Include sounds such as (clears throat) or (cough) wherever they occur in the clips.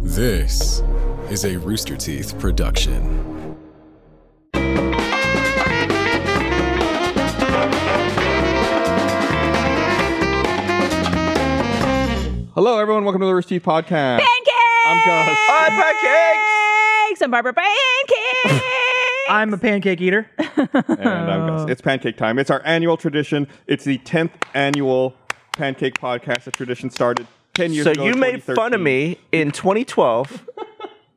This is a Rooster Teeth production. Hello, everyone. Welcome to the Rooster Teeth Podcast. Pancakes! I'm Gus. I'm Pancakes! I'm Barbara Pancakes! I'm a (laughs) pancake eater. And I'm Gus. It's pancake time. It's our annual tradition. It's the 10th annual pancake podcast. The tradition started 10 years So ago. you in made fun of 2013. me in 2012.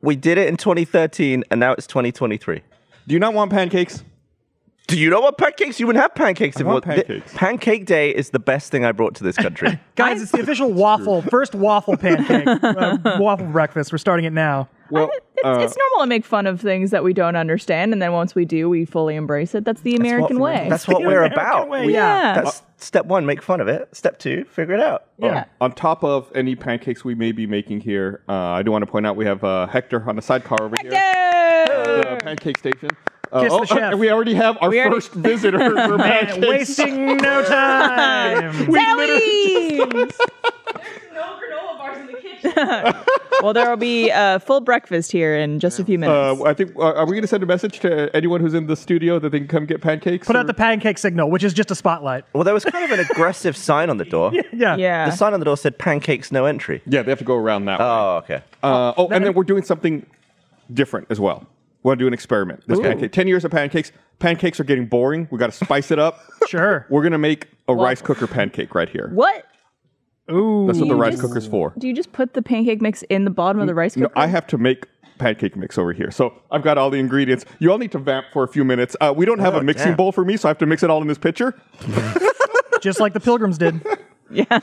we did it in 2013, and now it's 2023. Do you not want pancakes? Do you know what pancakes? You wouldn't have pancakes. if it want wa- thi- pancakes. Pancake Day is the best thing I brought to this country. Guys, it's the official waffle, first waffle (laughs) pancake, uh, waffle breakfast. We're starting it now. Well, (laughs) uh, It's, it's normal to make fun of things that we don't understand, and then once we do, we fully embrace it. That's the American way. That's what we're American about. way, We- yeah. That's step one. Make fun of it. Step two. Figure it out. Yeah. um, on top of any pancakes we may be making here, uh, I do want to point out we have uh, Hector on the sidecar over here. Yay! at The pancake station. Uh, Kiss the oh, (laughs) chef. and we already have our already- first visitor for And pancakes. (laughs) wasting no time. Halloween! (laughs) well, there will be a full breakfast here in just a few minutes. Uh, I think uh, are we going to send a message to anyone who's in the studio that they can come get pancakes? Put or- out the pancake signal, which is just a spotlight. Well, there was kind of an aggressive (laughs) sign on the door. Yeah. yeah. The sign on the door said "Pancakes, no entry." yeah, they have to go around that. way. Oh, okay. Uh, oh, and then we're doing something different as well. We want to do an experiment. This pancake. Ten years of pancakes. Pancakes are getting boring. We got to spice it (laughs) up. Sure. We're gonna make a rice cooker pancake right here. what? That's what the You rice just- cooker's for. Do you just put the pancake mix in the bottom of the rice No, cooker? I have to make pancake mix over here. So I've got all the ingredients. You all need to vamp for a few minutes. Uh, we don't have Oh, a mixing damn. bowl for me, so I have to mix it all in this pitcher. Just like the pilgrims (laughs) did.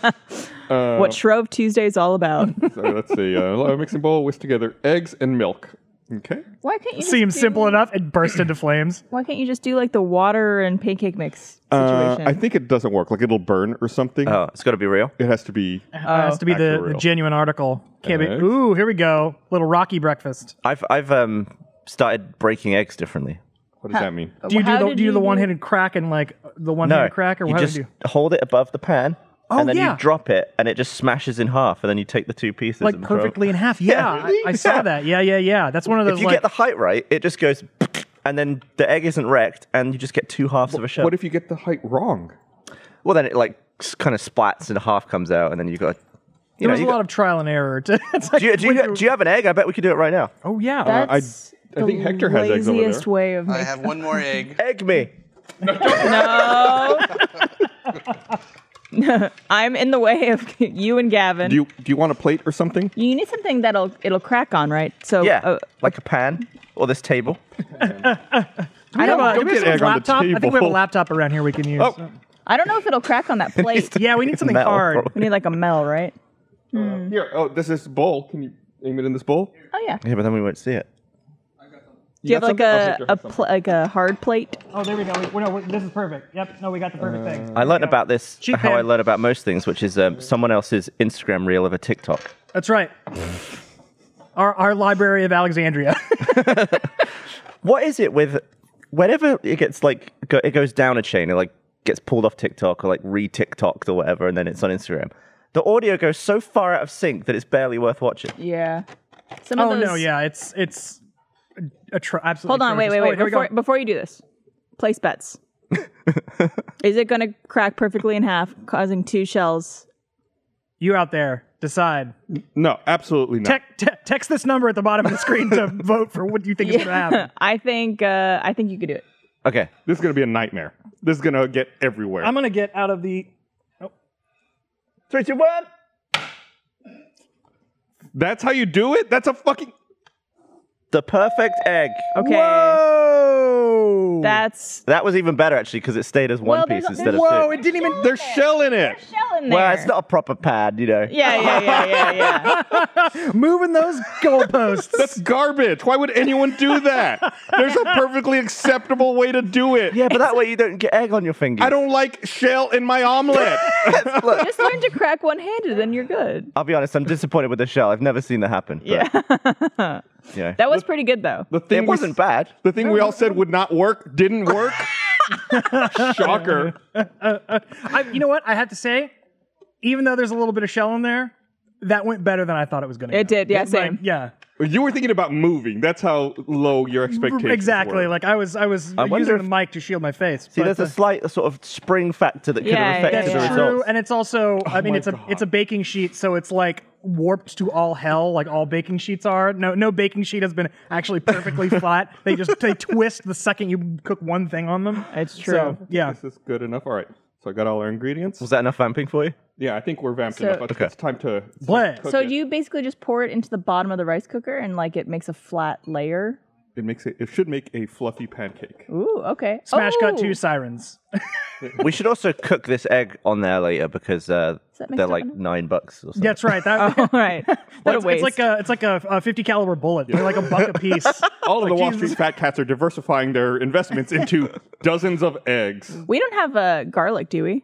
(laughs) what Shrove Tuesday is all about. So let's see. Uh, a mixing bowl whisk together eggs and milk. Okay. Why can't you just Seems do- simple enough. It burst into flames. Why can't you just do like the water and pancake mix Uh, situation? I think it doesn't work. Like it'll burn or something. Oh, it's got to be real. It has to be. Oh. Uh, it has to be the, Actual the real. genuine article. Can't be, Eggs. ooh, here we go. Little rocky breakfast. I've I've um started breaking eggs differently. What does that mean? Do you Uh, How do the, did do you you do the do- one handed crack and like the one No, handed crack or you what just do you do? Oh, hold it above the pan, and then yeah. you drop it, and it just smashes in half, and then you take the two pieces Like and throw it. perfectly in half. Yeah. I, I saw (laughs) Yeah. that. Yeah, yeah, yeah. That's one of those If you like get the height right, it just goes, and then the egg isn't wrecked, and you just get two halves of a shell. What if you get the height wrong? well, then it like kind of splats, and a half comes out, and then you got. There You know, was a you lot got, of trial and error. (laughs) To, it's like, do you, do, when you, do you have an egg? I bet we could do it right now. oh yeah, uh, I- That's I think the Hector has eggs over laziest there. way of I making. have one more egg. Egg me. No. (laughs) I'm in the way of (laughs) you and Gavin. Do you do you want a plate or something? You need something that'll it'll crack on, right? So Oh, Yeah, uh, like a pan or this table. do we have don't- a, do we Don't get have egg on someone's the laptop? I think we have a table. laptop around here we can (laughs) use. Oh. I don't know if it'll crack on that (laughs) plate. Yeah, we need something Metal. hard. we need like a mel, right? Here. Oh, this is bowl. Can you aim it in this bowl? Oh yeah. Do Yeah, but then we won't see it. you have like a, a plate? pl- like a hard plate? Oh, there we go. We, no, we- this is perfect. Yep. No, we got the perfect thing. I learned about this Cheap how I pan. learn about most things, which is um, someone else's Instagram reel of a TikTok. That's right. Our, our library of Alexandria. (laughs) what is it with whenever it gets like go, it goes down a chain it like gets pulled off tiktok or like re-tiktoked or whatever and then it's on instagram the audio goes so far out of sync that it's barely worth watching Yeah. Some oh of those. no, yeah, it's it's atro- absolutely. Hold on, wait, atrocious. wait, Oh, wait. here before, we go. before you do this, (laughs) place bets. Is it going to crack perfectly in half, causing two shells? You out there, decide. No, absolutely not. Tec- te- text this number at the bottom of the screen (laughs) to vote for what you think is going to happen. I think uh, I think you could do it. okay This is gonna be a nightmare. This is gonna get everywhere. I'm gonna get out of the. three two one That's how you do it. That's a fucking. the perfect egg Okay. Mm. Whoa. That's that was even better actually because it stayed as one Well, there's piece a- instead of Whoa! two It didn't even. There's shell in it. shell in there. well it's not a proper pad you know Yeah, yeah, yeah, yeah, (laughs) yeah. Moving those (laughs) goalposts. That's garbage. Why would anyone do that? There's a perfectly acceptable way to do it. yeah but that way you don't get egg on your finger I don't like shell in my omelet. Just learn to crack one-handed, then you're good. i'll be honest i'm disappointed with the shell i've never seen that happen but, Yeah. (laughs) you know. That was pretty good though. the thing it we- wasn't bad The thing we all said would not work didn't work. Shocker. I, you know what? I have to say, even though there's a little bit of shell in there, that went better than I thought it was going to. It did, yeah, same. yeah, You were thinking about moving. That's how low your expectations exactly. were. Like I was, I was wonder using if- the mic to shield my face. See, but, there's uh, a slight sort of spring factor that could Yeah, have affected that's yeah, the yeah. results. true, and it's also. I mean, Oh my it's a God. it's a baking sheet, so it's like warped to all hell, like all baking sheets are. No, no baking sheet has been (laughs) actually perfectly flat. They just they twist the second you cook one thing on them. It's So, true. yeah. This is good enough. All right. So I got all our ingredients. Was that enough vamping for you? Yeah, I think we're vamped So- enough. I think It's time to Play. cook So it. you basically just pour it into the bottom of the rice cooker and like it makes a flat layer. It makes it. It should make a fluffy pancake. Oh, Ooh, okay. Smash cut Oh! two sirens. we should also cook this egg on there later because uh, that mixed they're up like enough? nine bucks or something. That's right. (laughs) That, Oh. All (laughs) right. What a It's waste. like a it's like a, a 50 caliber bullet. They're like a buck (laughs) a piece. All of the Wall Jesus. Street fat cats are diversifying their investments (laughs) into dozens of eggs. we don't have uh, garlic, do we?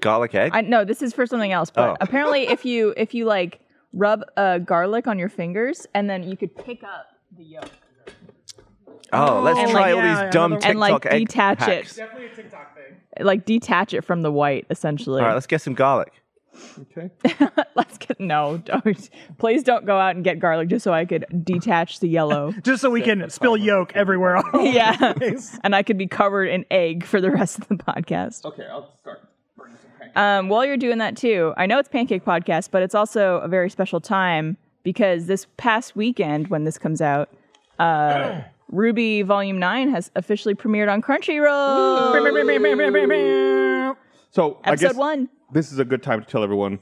Garlic egg? I no, this is for something else. But Oh. (laughs) apparently, if you if you like rub uh, garlic on your fingers and then you could pick up the yolk oh, let's And, try like- all yeah, these dumb another- TikTok and like egg detach hacks. it, like detach it from the white, essentially. All right, let's get some garlic. Okay. (laughs) Let's get no, don't. Please don't go out and get garlic just so I could detach (laughs) the yellow. Just so we can spill yolk everywhere. all yeah, over the place. and I could be covered in egg for the rest of the podcast. Okay, I'll start. burning some pancakes. Um, while you're doing that too, I know it's Pancake Podcast, but it's also a very special time because this past weekend, when this comes out, uh, (clears throat) Ruby Volume Nine has officially premiered on Crunchyroll. So I Episode guess one. this is a good time to tell everyone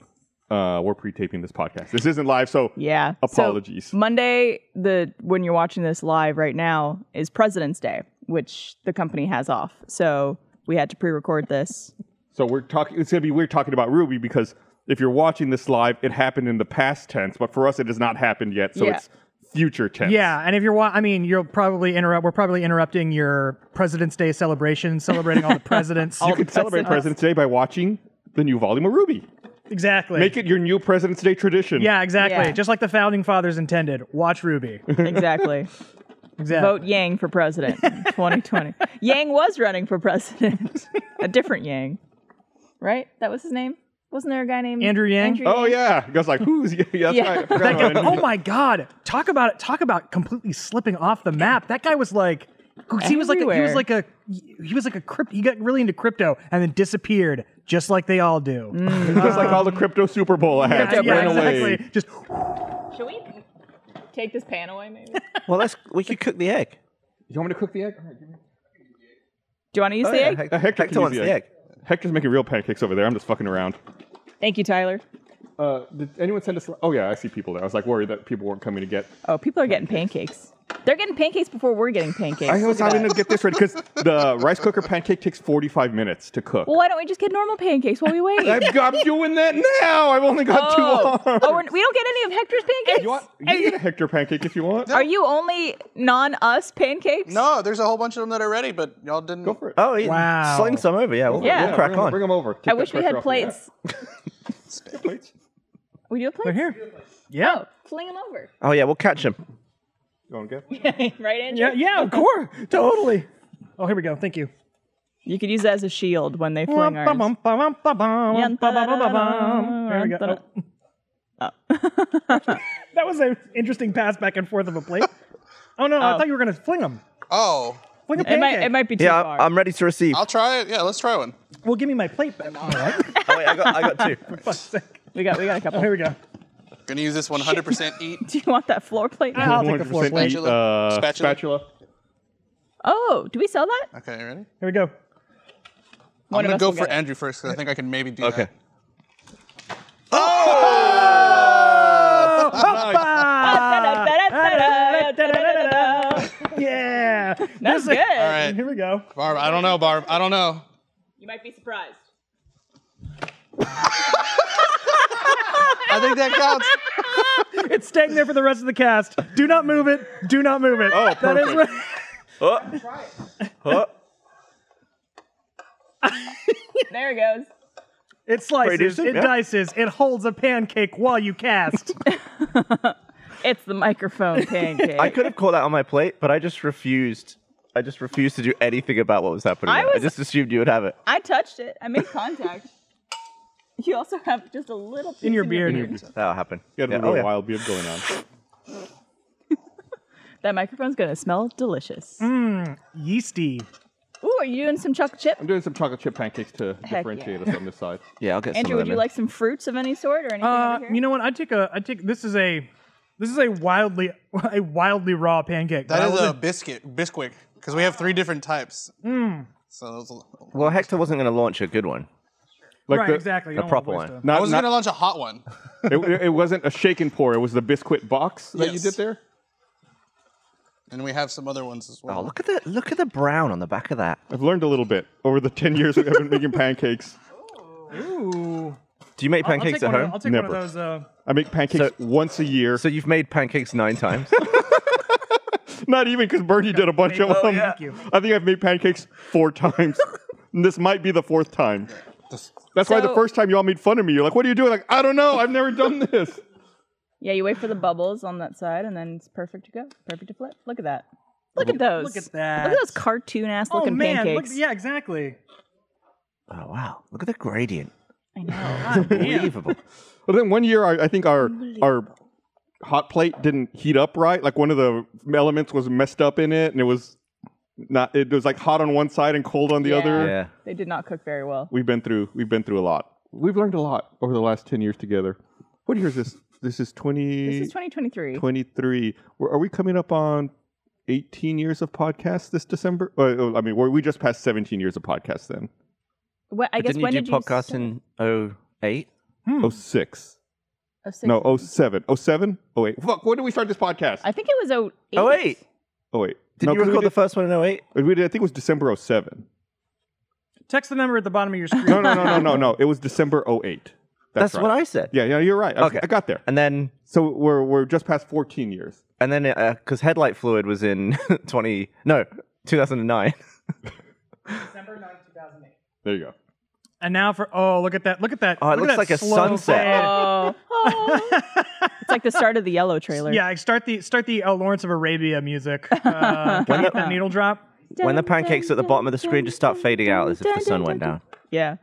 uh, we're pre-taping this podcast. This isn't live, so Yeah. So Apologies. Monday, the when you're watching this live right now is President's Day, which the company has off. So we had to pre-record this. so we're talking. It's gonna be weird talking about Ruby because if you're watching this live, it happened in the past tense, but for us, it has not happened yet. So Yeah. it's future tense. Yeah, and if you're, wa- I mean, you'll probably interrupt. We're probably interrupting your President's Day celebration, celebrating all (laughs) the presidents. You could celebrate Presidents. President's Day by watching the new volume of Ruby. exactly. Make it your new President's Day tradition. yeah, exactly. Yeah. Just like the founding fathers intended. (laughs) Watch Ruby. Exactly. Exactly. Vote Yang for president, 2020. Yang was running for president. a different Yang, right? That was his name. Wasn't there a guy named Andrew Yang? Oh yeah, I was like, "Who's (laughs) yeah?" That's Yeah. right. I forgot That about guy- it. oh my God! Talk about it. Talk about completely slipping off the map. That guy was like, he was like, a, he was Everywhere. like a, he was like a crypt. He got really into crypto and then disappeared, just like they all do. Just like all the crypto Super Bowl ads Yeah, ran away. exactly. Just Should we take this pan away, maybe? Do Well, let's we could cook the egg. You want me to cook the egg? All right, give me- you want to use Oh, the yeah, egg? Hec- Uh, Hector, Hector, can use wants the the egg. egg. Hector's making real pancakes over there. I'm just fucking around. Thank you, Tyler. Uh, did anyone send us? Oh yeah, I see people there. I was like worried that people weren't coming to get. Oh, people are getting pancakes. They're getting pancakes before we're getting pancakes. I Look was at having that. to get this ready because the rice cooker pancake takes 45 minutes to cook. Well, why don't we just get normal pancakes while we wait? I've got, I'm doing that now. I've only (laughs) got oh, two arms. oh, we're- we don't get any of Hector's pancakes. You want? You can get a Hector pancake if you want. (laughs) Are you only non-us pancakes? No, there's a whole bunch of them that are ready, but y'all didn't. Go for it. Oh, yeah. Wow. Sling some over. Yeah, we'll, Yeah. we'll crack bring, 'em- on. bring 'em over. Take I that wish we pressure had off your plates. back. plates. We do have plates. they're oh, here. Yeah. Fling them over. (laughs) Oh yeah, we'll catch him. You want to get? right, Andrew? Yeah. Yeah. Of course. Totally. Oh, here we go. Thank you. You could use that as a shield when they fling ours. There we go. Oh. That was an interesting pass back and forth of a (laughs) plate. Oh no! I thought you were gonna fling them. Oh, Fling a It pancake. might, it might be too Yeah, um, far. I'm, I'm ready to receive. I'll try it. Yeah, let's try one. Well, give me my plate back. (laughs) Oh wait, I got, I got two. Fuck's sake. we got we got a Oh, couple. (laughs) here we go. Gonna use this 100% eat Do you want that floor plate? I'll take the floor 100% plate. eat, Here Spatula. uh, Spatula. spatula. (laughs) Oh, do we sell that? Uh, Okay, you ready? we (laughs) go. One of I'm gonna us go will for get it. Andrew first because I think I can maybe do Okay. that. Yeah. That's There's good. a- All right, Here we go. Barb. I don't know, Barb. I don't know. You might be surprised. I think that counts. It's staying there for the rest of the cast. Do not move it. Do not move it. Oh, that is perfect. what- Oh. Oh. There it goes. It slices. decent, It yeah. dices. It holds a pancake while you (laughs) cast. It's the microphone pancake. I could have caught that on my plate, but I just refused. I just refused to do anything about what was happening. I there. I was- just assumed you would have it. I touched it. I made contact. (laughs) You also have just a little piece In your beard. That'll happen. Got a Yeah, little oh, yeah. wild beard going on. That microphone's gonna smell delicious. Mm. Yeasty. Ooh, are you doing some chocolate chip? (laughs) I'm doing some chocolate chip pancakes to differentiate us on this side. Yeah, I'll get some Andrew, of would them you in. like some fruits of any sort or anything? Uh, over here? you know what? I take a. I take this is a. This is a wildly (laughs) a wildly raw pancake. (laughs) That I is will- a biscuit, Bisquick, because we have three different types. So those, Well, Hector wasn't going to launch a good one. Like right, the- exactly. You the don't want proper waste one. them. I Not, was not- gonna launch a hot one. it, it wasn't a shake and pour. It was the biscuit box that you Yes. did there. And we have some other ones as well. Oh, look at the look at the brown on the back of that. I've learned a little bit over the 10 years I've been making pancakes. Ooh. Do you make I'll- I'll pancakes take one at of- home? I'll take one Never. of those. Uh, I make pancakes once a year. so you've made pancakes (laughs) nine times. Not even because Bernie did a bunch of Oh, them. yeah. Thank you. I think I've made pancakes four (laughs) times. And this might be the fourth time. That's why the So- first time you all made fun of me. You're like, what are you doing? Like, I don't know. I've never done this. yeah, you wait for the bubbles on that side, and then it's perfect to go, perfect to flip. Look at that. Look at those. Look at that. Look at those cartoon ass oh looking man! Look, pancakes. yeah, exactly. oh wow, look at the gradient. I know. Unbelievable. But then one year, I, I think our our hot plate didn't heat up right. Like one of the elements was messed up in it, and it was not. It was like hot on one side and cold on the other. Yeah. They did not cook very well. We've been through. We've been through a lot. We've learned a lot over the last ten years together. What year is this? This is This twenty is 2023. twenty three. Are we coming up on eighteen years of podcasts this December? Uh, oh, I mean, were we just past seventeen years of podcasts then? Wh- I guess Didn't when you did do you podcasts start? in 08? Oh six. Oh, Hmm. six- No, oh seven. Oh seven? Oh wait. Fuck, when did we start this podcast? I think it was 08. Oh wait, oh wait. did No, you 'cause we record the did- first one in 08? we did- I think it was December (laughs) 07. Text the number at the bottom of your screen. No, no, no, no, no, no. It was December 08. That's, right. what I said. Yeah, yeah, you're right. I, was- Okay. I got there. And then So we're we're just past 14 years. and then because headlight fluid was in (laughs) 20 no (laughs) 2009. There you go. And now for oh, look at that! Look at that! Oh, it look at looks that like a slow sunset. fade. (laughs) Oh. oh. it's like the start of the Yellow trailer. Yeah, like, start the start the uh, Lawrence of Arabia music. (laughs) Uh, can I get that needle drop, When the pancakes at the bottom of the screen just start fading out as if the sun went down. Yeah.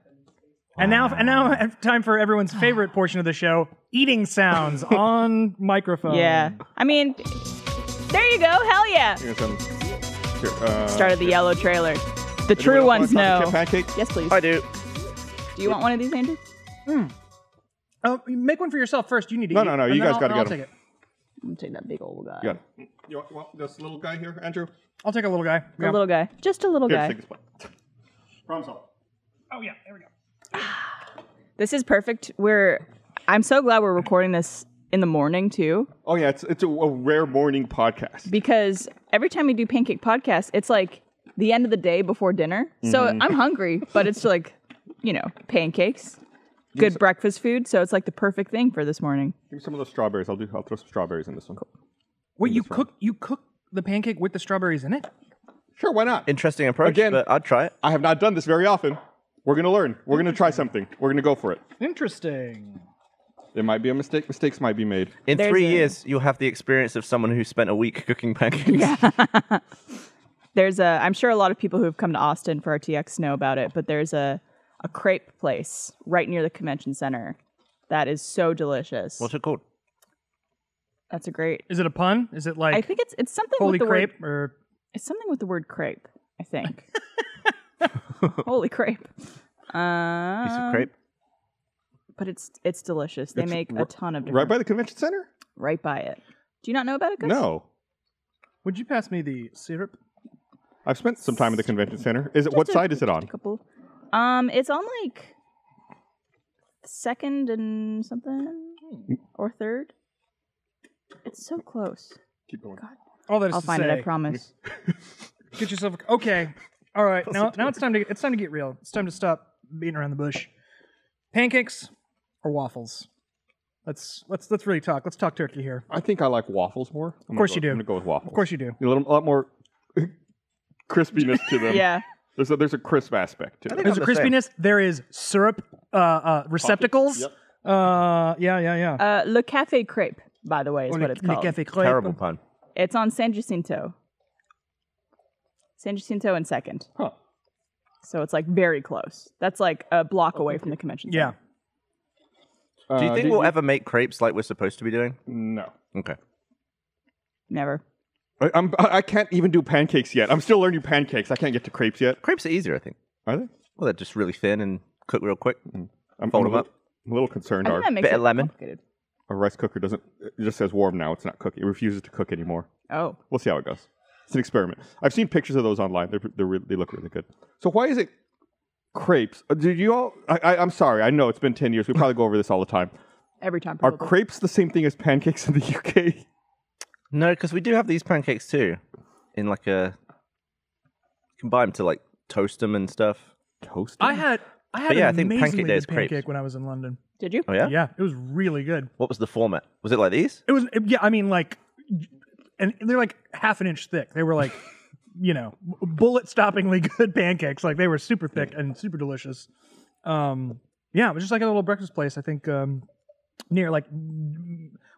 and now and now (laughs) it's time for everyone's favorite portion of the show: eating (laughs) sounds on microphone. Yeah. Um, I mean, there you go. Hell yeah. Here's some- um, here, uh, Start of the Yellow trailer. The anyone true else want ones a chocolate know. chip Pancake? Yes, please. I do. Do you want one of these, Andrew? Oh, make one for yourself first. You need to. No, eat. no, no, and you then guys I'll- gotta I'll get 'em. take it. I'm gonna take that big old guy. You got it. You want, want this little guy here, Andrew? I'll take a little guy. A Yeah. little guy. Just a little Here, guy. take this one. Problem solved. Oh yeah, there we go. This is perfect. We're. I'm so glad we're recording this in the morning too, Oh yeah, it's it's a, a rare morning podcast. because every time we do pancake podcast, it's like the end of the day before dinner. So Mm-hmm. I'm hungry, but it's like, you know, pancakes, good breakfast food. So it's like the perfect thing for this morning. Give me some of those strawberries. I'll do. I'll throw some strawberries in this one. Wait, you cook you cook the pancake with the strawberries in it? Sure, why not? Interesting approach, Again- but I'd try it. I have not done this very often. We're gonna learn. We're gonna try something. We're gonna go for it. Interesting. There might be a mistake. Mistakes might be made. In There's three a- years, you'll have the experience of someone who spent a week (laughs) cooking pancakes. there's a i'm sure a lot of people who have come to austin for rtx know about it but there's a a crepe place right near the convention center that is so delicious What's it called? that's a great Is it a pun? Is it like i think it's it's something holy with the crepe word or it's something with the word crepe i think (laughs) holy crepe Piece uh, of crepe. but it's it's delicious they It's make a ri- ton of different Right by the convention center? right by it do you not know about it Gus? No, would you pass me the syrup? I've spent some time at the convention center. Is it what Just a- side is it just a on? couple um it's on like second and something or third it's so close Keep going. All that is I'll to find say, it. I promise. (laughs) Get yourself a, okay. All right, now now it's time to it's time to get real. It's time to stop beating around the bush. Pancakes or waffles? Let's let's let's really talk. Let's talk turkey here. I think I like waffles more. I'm of course you do. I'm gonna go with waffles. Of course you do. A little, a lot more (laughs) crispiness to them. Yeah. There's a, there's a crisp aspect to it. There's a I'm the same. crispiness. There is syrup uh, uh, receptacles. Yep. Uh, yeah, yeah, yeah. Uh, Le Cafe Crepe, by the way, is Or what le- it's le called. café crêpe. Terrible pun. It's on San Jacinto. San Jacinto and Second. Huh. So it's like very close. That's like a block away from the convention. Yeah. center. do you Uh, think do we'll you- ever make crepes like we're supposed to be doing? No. Okay. Never. I, I'm, I I can't even do pancakes yet. I'm still learning pancakes. I can't get to crepes yet. Crepes are easier, I think. Are they? Well, they're just really thin and cook real quick. I'm, Fold I'm 'em a little- I'm a little concerned. I think Our, that makes Bit it of lemon. complicated. our rice cooker doesn't, it just says warm now. It's not cooking. It refuses to cook anymore. Oh, We'll see how it goes. It's an experiment. I've seen pictures of those online. They're, they're re- they look really good. So why is it crepes? Uh, Did you all? I, I, I'm sorry. I know it's been ten years. We probably go over this all the time. every time. Are probably. crepes the same thing as pancakes in the UK? No, because we do have these pancakes too, in like a. You can buy them to like toast them and stuff. (laughs) Toast. I had I had But yeah, I an think Pancake amazingly Day is good pancake crepes. when I was in London. Did you? Oh yeah. Yeah, it was really good. What was the format? Was it like these? It was yeah, I mean like and they're like half an inch thick. They were like, you know, bullet stoppingly good pancakes. Like they were super thick and super delicious. Um yeah, it was just like a little breakfast place, I think um near like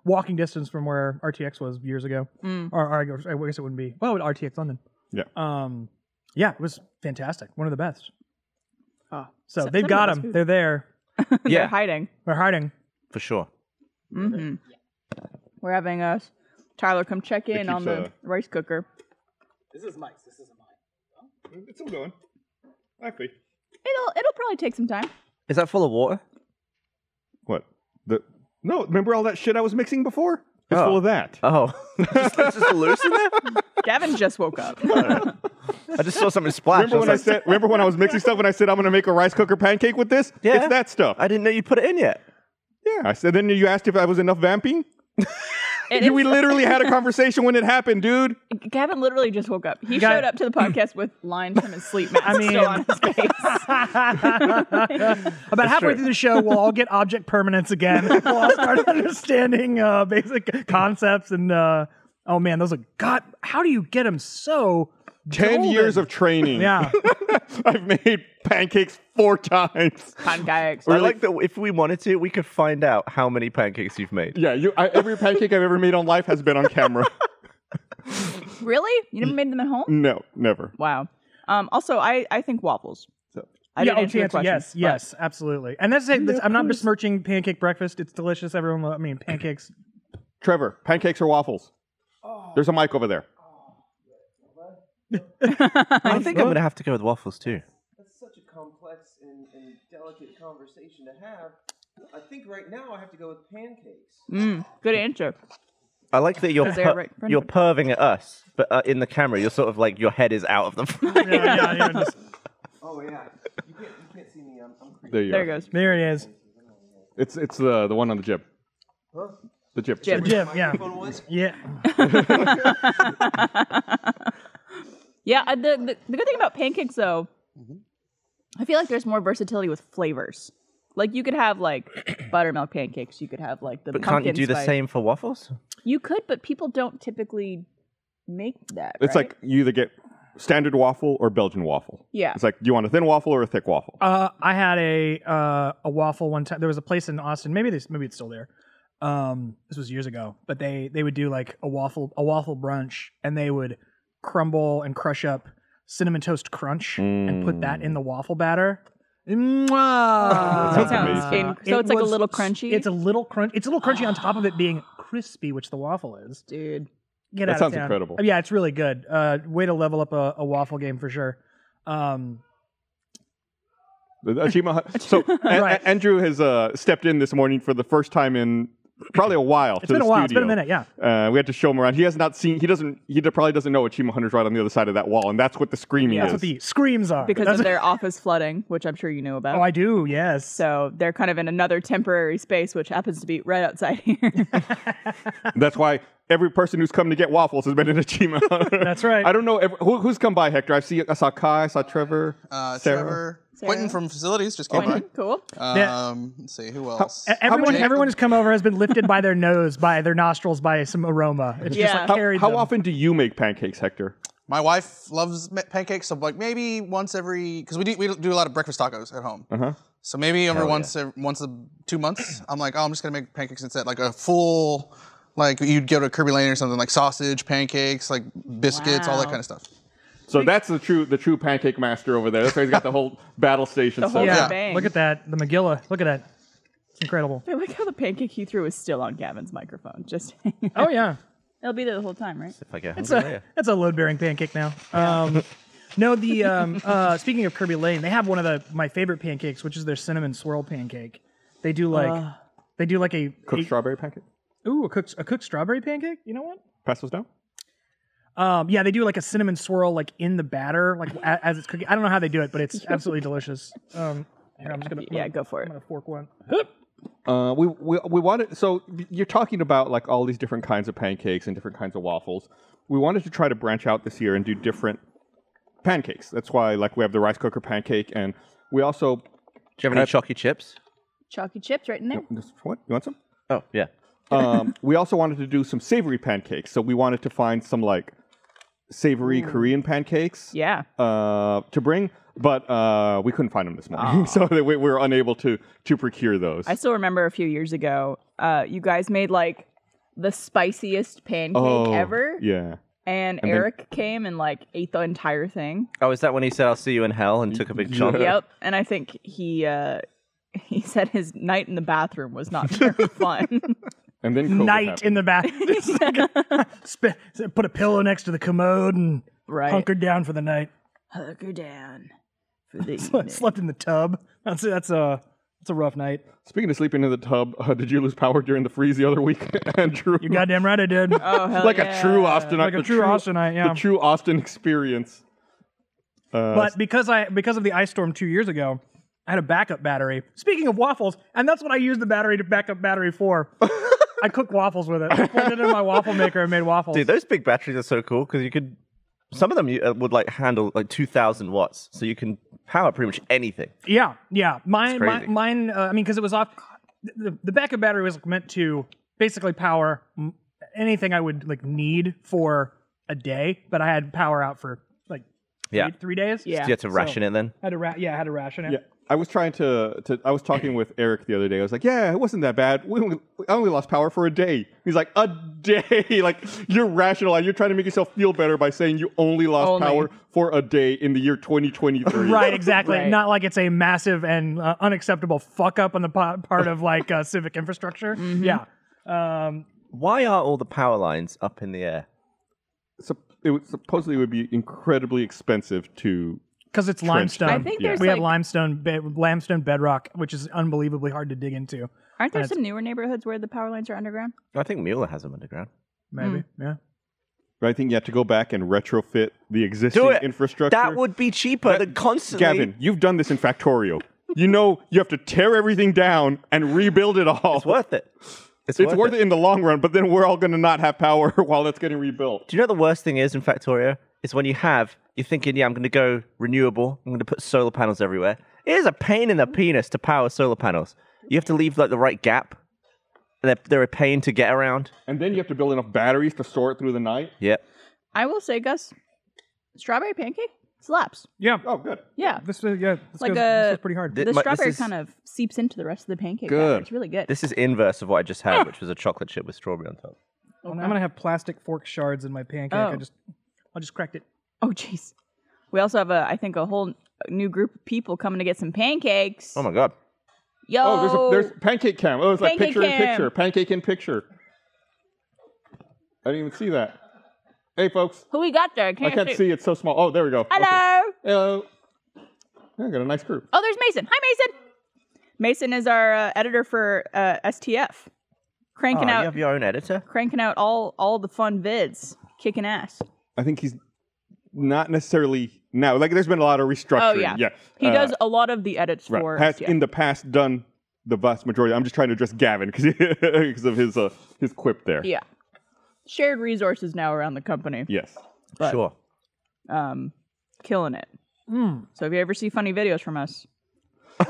walking distance from where RTX was years ago. Or, or I guess- I guess it wouldn't be. Well, it would RTX London. Yeah. Um yeah, it was fantastic. One of the best. Oh, So Sounds they've like got nice them. food. They're there. They're yeah, hiding. They're hiding. for sure. hmm We're having us. Tyler, come check in on keeps, the uh, rice cooker. It's still going. Actually, It'll it'll probably take some time. Is that full of water? what the? No, remember all that shit I was mixing before? It's Oh. full of that. Oh, (laughs) just, just loose in (laughs) there. Gavin just woke (laughs) up. I just saw something splash. Remember when I was like, said? Remember when I was mixing stuff and I said I'm gonna make a rice cooker pancake with this? Yeah. It's that stuff. I didn't know you put it in yet. yeah. I said. Then you asked if I was enough vamping. It we is- literally had a conversation when it happened, dude. Gavin literally just woke up. He Guy- showed up to the podcast with lines from his sleep mask (laughs) I mean- still on his (laughs) face. About halfway true. through the show, we'll all get object (laughs) permanence again. We'll all start understanding uh, basic concepts and uh, oh man, those are God. How do you get them so? Ten golden? years of training. yeah. (laughs) oh, I've made pancakes four times. Pancakes. I like that. If we wanted to, we could find out how many pancakes you've made. Yeah, you, I, every pancake I've ever made on life has been on (laughs) camera. Really? You never made them at Mm-hmm. home? no, never. Wow. Um, also, I, I think waffles. I yeah, didn't oh, answer your fancy. question, yes, but- yes, absolutely. And that's it. That's- I'm not besmirching pancake breakfast. It's delicious. Everyone, lo- I (laughs) mean, pancakes. Trevor, pancakes or waffles? There's a mic over there. I think I'm gonna have to go with waffles too. That's such a complex and, and delicate conversation to have. I think right now I have to go with pancakes. Mm, good answer. I like that you're Because they're per- right in front you're of perving at us, but uh, in the camera, you're sort of like your head is out of the. frame. Yeah, yeah, yeah, just- Oh yeah, you can't you can't see me. I'm, I'm creepy. There you There it go. goes. there it is. It's it's the the one on the jib. The jib. Jib. Jim, yeah, Phone was yeah. Yeah, uh, the, the, the good thing about pancakes, though, I feel like there's more versatility with flavors. Like, you could have, like, buttermilk pancakes. You could have, like, the But can't pumpkin you do the spice. same for waffles? You could, but people don't typically make that. It's right? like you either get standard waffle or Belgian waffle. Yeah. It's like do you want a thin waffle or a thick waffle? Uh, I had a uh, a waffle one time. There was a place in Austin. Maybe this maybe it's still there. Um, this was years ago, but they they would do like a waffle a waffle brunch, and they would crumble and crush up cinnamon toast crunch and put that in the waffle batter. Mwah! That Mm. sounds amazing. in- so It it's like a was- little crunchy? Ah. It's a little crunch. It's a little crunchy on top of it being crispy, which the waffle is. dude. Get That out sounds of town. incredible. Yeah, it's really good. Uh, way to level up a, a waffle game for sure. Um, The Achievement (laughs) Hunt. So A- A- Right. Andrew has uh, stepped in this morning for the first time in probably a while. it's been a while. It's been a minute. Yeah. Uh, we had to show him around. He has not seen. He doesn't. He d- probably doesn't know Achievement Hunter's right on the other side of that wall, and that's what the screaming Yeah. is. That's what the screams are. Because That's- of their office flooding, which I'm sure you knew about. Oh, I do. Yes. so they're kind of in another temporary space, which happens to be right outside (laughs) here. that's why every person who's come to get waffles has been an Achievement Hunter. That's right. I don't know ev- who, who's come by. Hector, I see. I saw Kai. I saw Trevor. Uh, Sarah. Trevor Quentin from facilities just came Quentin, (laughs) cool. by. Yeah. Um, let's see who else. E- everyone, Jake- everyone who's come over has been lifted by their nose, by their nostrils, by some aroma. It's just Yeah. like How, carried. how them. often do you make pancakes, Hector? My wife loves ma- pancakes, so like maybe once every because we do we do a lot of breakfast tacos at home. So maybe every once ev- once a, two months, I'm like, oh, I'm just gonna make pancakes instead, like a full, like you'd go to Kirby Lane or something, like sausage, pancakes, like biscuits, all that Wow. kind of stuff. So that's the true the true pancake (laughs) master over there. That's why he's got the whole battle station. The whole set up. Yeah. Oh, Bang. Look at that. The Megillah. Look at that. It's incredible. I like how the pancake he threw is still on Gavin's microphone. Just (laughs) Oh yeah, (laughs) It'll be there the whole time, right? If I get it's hungry, yeah. a that's a load bearing pancake now. Um, no, the um, (laughs) uh, speaking of Kirby Lane, they have one of the my favorite pancakes, which is their cinnamon swirl pancake. They do like they do like a, Cooked a- strawberry pancake. ooh a cooked a cooked strawberry pancake. You know what? Pass those down. Um, yeah, they do like a cinnamon swirl like in the batter, like a, as it's cooking. I don't know how they do it, (laughs) but it's absolutely delicious. Um, here, I'm just gonna yeah, go for it. I'm gonna fork one. Uh, we we we wanted so you're talking about like all these different kinds of pancakes and different kinds of waffles. We wanted to try to branch out this year and do different pancakes. That's why like we have the rice cooker pancake and we also Do you have any chalky chips? Chalky chips right in there. what you want (laughs) some? Oh yeah. um, we also wanted to do some savory pancakes. So we wanted to find some like savory Korean pancakes yeah. uh, to bring, but uh, we couldn't find them this morning, (laughs) so that we, we were unable to to procure those. I still remember a few years ago, uh, you guys made like the spiciest pancake Oh, ever, Yeah. and, then- Eric came and like ate the (laughs) entire thing. Oh, is that when he said "I'll see you in hell" and took a big chunk? yep, and I think he uh, (laughs) he said his night in the bathroom was (laughs) not very fun. (laughs) And then COVID Night happened. in the back. It's like a- (laughs) sp- put a pillow next to the commode and right, hunkered down for the night. (laughs) hunker down for (laughs) the Sle- Slept in the tub. That's that's a that's a rough night. Speaking of sleeping in the tub, uh, did you lose power during the freeze the other week, (laughs) Andrew? You're goddamn right, I did. (laughs) Oh (laughs) hell like yeah. a true Austin, Like a the true Austinite, yeah. the true Austin experience. Uh, but because I because of the ice storm two years ago, I had a backup battery. Speaking of waffles, and that's what I used the battery to backup (laughs) battery for. I cooked waffles with it. I plugged it in my waffle maker and made waffles. Dude, those big batteries are so cool because you could. Some of them you, uh, would like handle like two thousand watts, so you can power pretty much anything. Yeah, yeah. Mine, That's mine, crazy. mine uh, I mean, because it was off. The, the backup battery was meant to basically power m- anything I would like need for a day, but I had power out for like three, Yeah. three days. Yeah. You have to ration it then. I had to ra- yeah, I had to ration it. Yeah, I was trying to, to. I was talking with Eric the other day. I was like, "Yeah, it wasn't that bad. We only, I only lost power for a day." He's like, "A day? (laughs) like you're rational. and You're trying to make yourself feel better by saying you only lost Only. power for a day in the year 2023." (laughs) Right, (laughs) exactly. Right. Not like it's a massive and uh, unacceptable fuck up on the po- part of like uh, civic infrastructure. Mm-hmm. Yeah. Um, Why are all the power lines up in the air? Sup- it would, supposedly it would be incredibly expensive to. because it's limestone. I think Yeah. there's we have like- limestone, be- limestone bedrock, which is unbelievably hard to dig into. Aren't there That's- some newer neighborhoods where the power lines are underground? I think Mueller has them underground. Maybe, Hmm. yeah. I think you have to go back and retrofit the existing infrastructure. That would be cheaper than constantly. Gavin, you've done this in Factorio. You know you have to tear everything down and rebuild it all. it's worth it. It's worth it in the long run, but then we're all going to not have power (laughs) while that's getting rebuilt. Do you know what the worst thing is in Factorio? Is when you have, you're thinking, yeah, I'm going to go renewable. I'm going to put solar panels everywhere. It is a pain in the penis to power solar panels. You have to leave like the right gap. They're, they're a pain to get around. And then you have to build enough batteries to sort through the night. Yep. I will say, Gus, strawberry pancake slaps. Yeah. Oh, good. Yeah, This is yeah. This Like goes, a- this is pretty hard. Th- the my- this strawberry is- kind of seeps into the rest of the pancake. batter. Good. It's really good. This is inverse of what I just had, which was a chocolate chip with strawberry on top. Oh, I'm gonna have plastic fork shards in my pancake. I Oh. just, I just cracked it. (laughs) Oh, jeez. We also have a, I think, a whole new group of people coming to get some pancakes. Oh my God. Yo, Oh, there's a there's pancake cam. Oh, it's like Pancake picture in cam. picture, pancake in picture. I didn't even see that. Hey, folks, who we got there? Can't I can't see. see. It's so small. Oh, there we go. Okay. Hello. Hello. Yeah, I got a nice crew. Oh, there's Mason. Hi, Mason. Mason is our uh, editor for uh, STF, Oh, cranking you out, have your own editor? cranking out all all the fun vids, kicking ass. I think he's not necessarily now. Like, there's been a lot of restructuring. Oh yeah, yeah. He Uh, does a lot of the edits Right. for Has STF. in the past done the vast majority. I'm just trying to address Gavin (laughs) because of his uh, his quip there. yeah. Shared resources now around the company. Yes. But- sure. um, killing it. So if you ever see funny videos from us,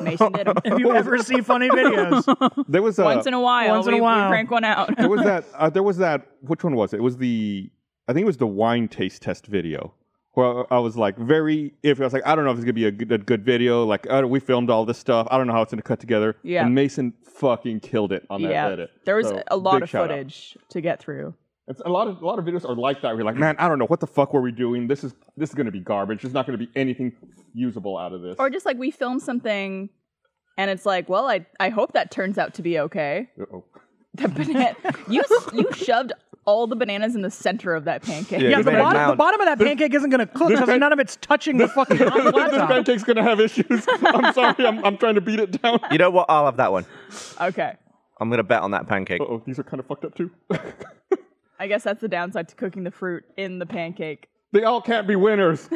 Mason did 'em. (laughs) If you ever see (laughs) funny videos, There was a, Once in a while, Once in a we, we while. crank one out. there was that uh, there was that which one was it? It was the I think it was the wine taste test video where I was like very iffy. I was like I don't know if it's gonna be a good, a good video. Like uh, we filmed all this stuff. I don't know how it's gonna cut together. Yeah. And Mason fucking killed it on that yeah, edit. there was So, a lot big of shout out. footage to get through. It's a lot of a lot of videos are like that. We're like, man, I don't know what the fuck were we doing. This is this is gonna be garbage. There's not gonna be anything usable out of this. Or just like we filmed something and it's like, well, I I hope that turns out to be okay. Uh-oh. The banana, you s- you shoved all the bananas in the center of that pancake. Yeah, Yeah, you the made a bottom, the mound. bottom of that pancake isn't going to cook because (laughs) none of it's touching the fucking hot (laughs) hot this top. pancake's gonna have issues. (laughs) I'm sorry. I'm, I'm trying to beat it down. (laughs) You know what? I'll have that one. (laughs) Okay, I'm gonna bet on that pancake. Oh, these are kind of fucked up too. (laughs) I guess that's the downside to cooking the fruit in the pancake. they all can't be (laughs) winners.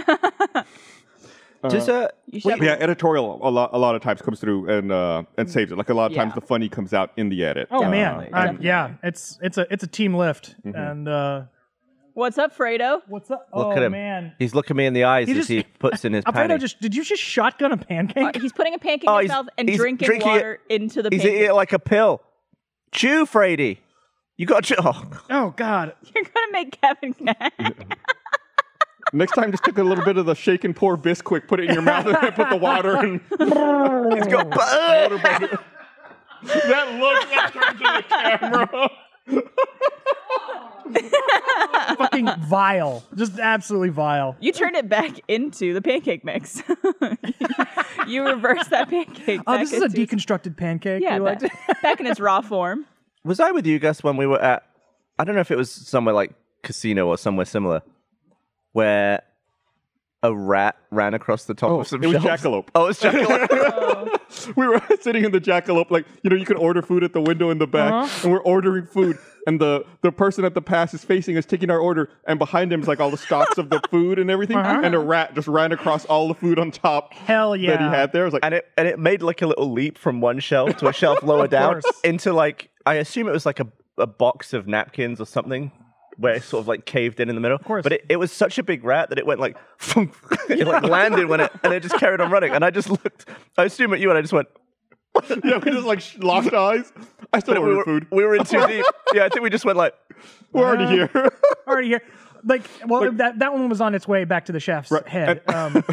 Just uh, You shoved yeah, editorial a lot a lot of times comes through and uh and saves it. Like a lot of times Yeah. the funny comes out in the edit. Oh Uh, man, I- yeah, it's it's a it's a team lift, and uh, What's up, Fredo? what's up? Mm-hmm. look oh at him. man, He's looking me in the eyes He as just- he puts in his Alfredo panty. just did you just shotgun a Uh, pancake? he's putting a pancake Oh, in his he's- mouth and he's drinking, drinking it- water into the He's pancake. eating it like a pill. Chew, Frady. You got to. (laughs) Oh, (laughs) oh god, (laughs) You're gonna make Kevin. Next time, just take a little bit of the shake and pour Bisquick, put it in your mouth, and then put the water in. (laughs) he's got. Uh, That look that turned to the camera. (laughs) fucking vile, just absolutely vile. you turned it back into the pancake mix. (laughs) you reversed that pancake. Oh, back this is a into its- deconstructed pancake. Yeah, You back, liked it? back in its raw form. was I with you, Gus, when we were at? I don't know if it was somewhere like casino or somewhere similar, where a rat ran across the top Oh, of some it was shelves? jackalope. Oh, it was (laughs) jackalope. we were sitting in the jackalope, like you know, you can order food at the window in the back, Uh-huh. and we're ordering food, and the the person at the pass is facing us, taking our order, and behind him is like all the stocks of the (laughs) food and everything, and a rat just ran across all the food on top Uh-huh. Hell yeah. that he had there. It was like, and it and it made like a little leap from one shelf to a shelf (laughs) lower down course. into like I assume it was like a, a box of napkins or something where it sort of like caved in in the middle. Of course. But it, it was such a big rat that it went like (laughs) it like landed when it and it just carried on running. And I just looked, I assume at you, and I just went. (laughs) yeah, we just like sh- locked eyes. I still we ordered were, food. we were in too (laughs) deep. Yeah, I think we just went like. We're already Uh-huh. here. (laughs) (laughs) already here. Like, well, that that one was on its way back to the chef's (laughs) head. Um,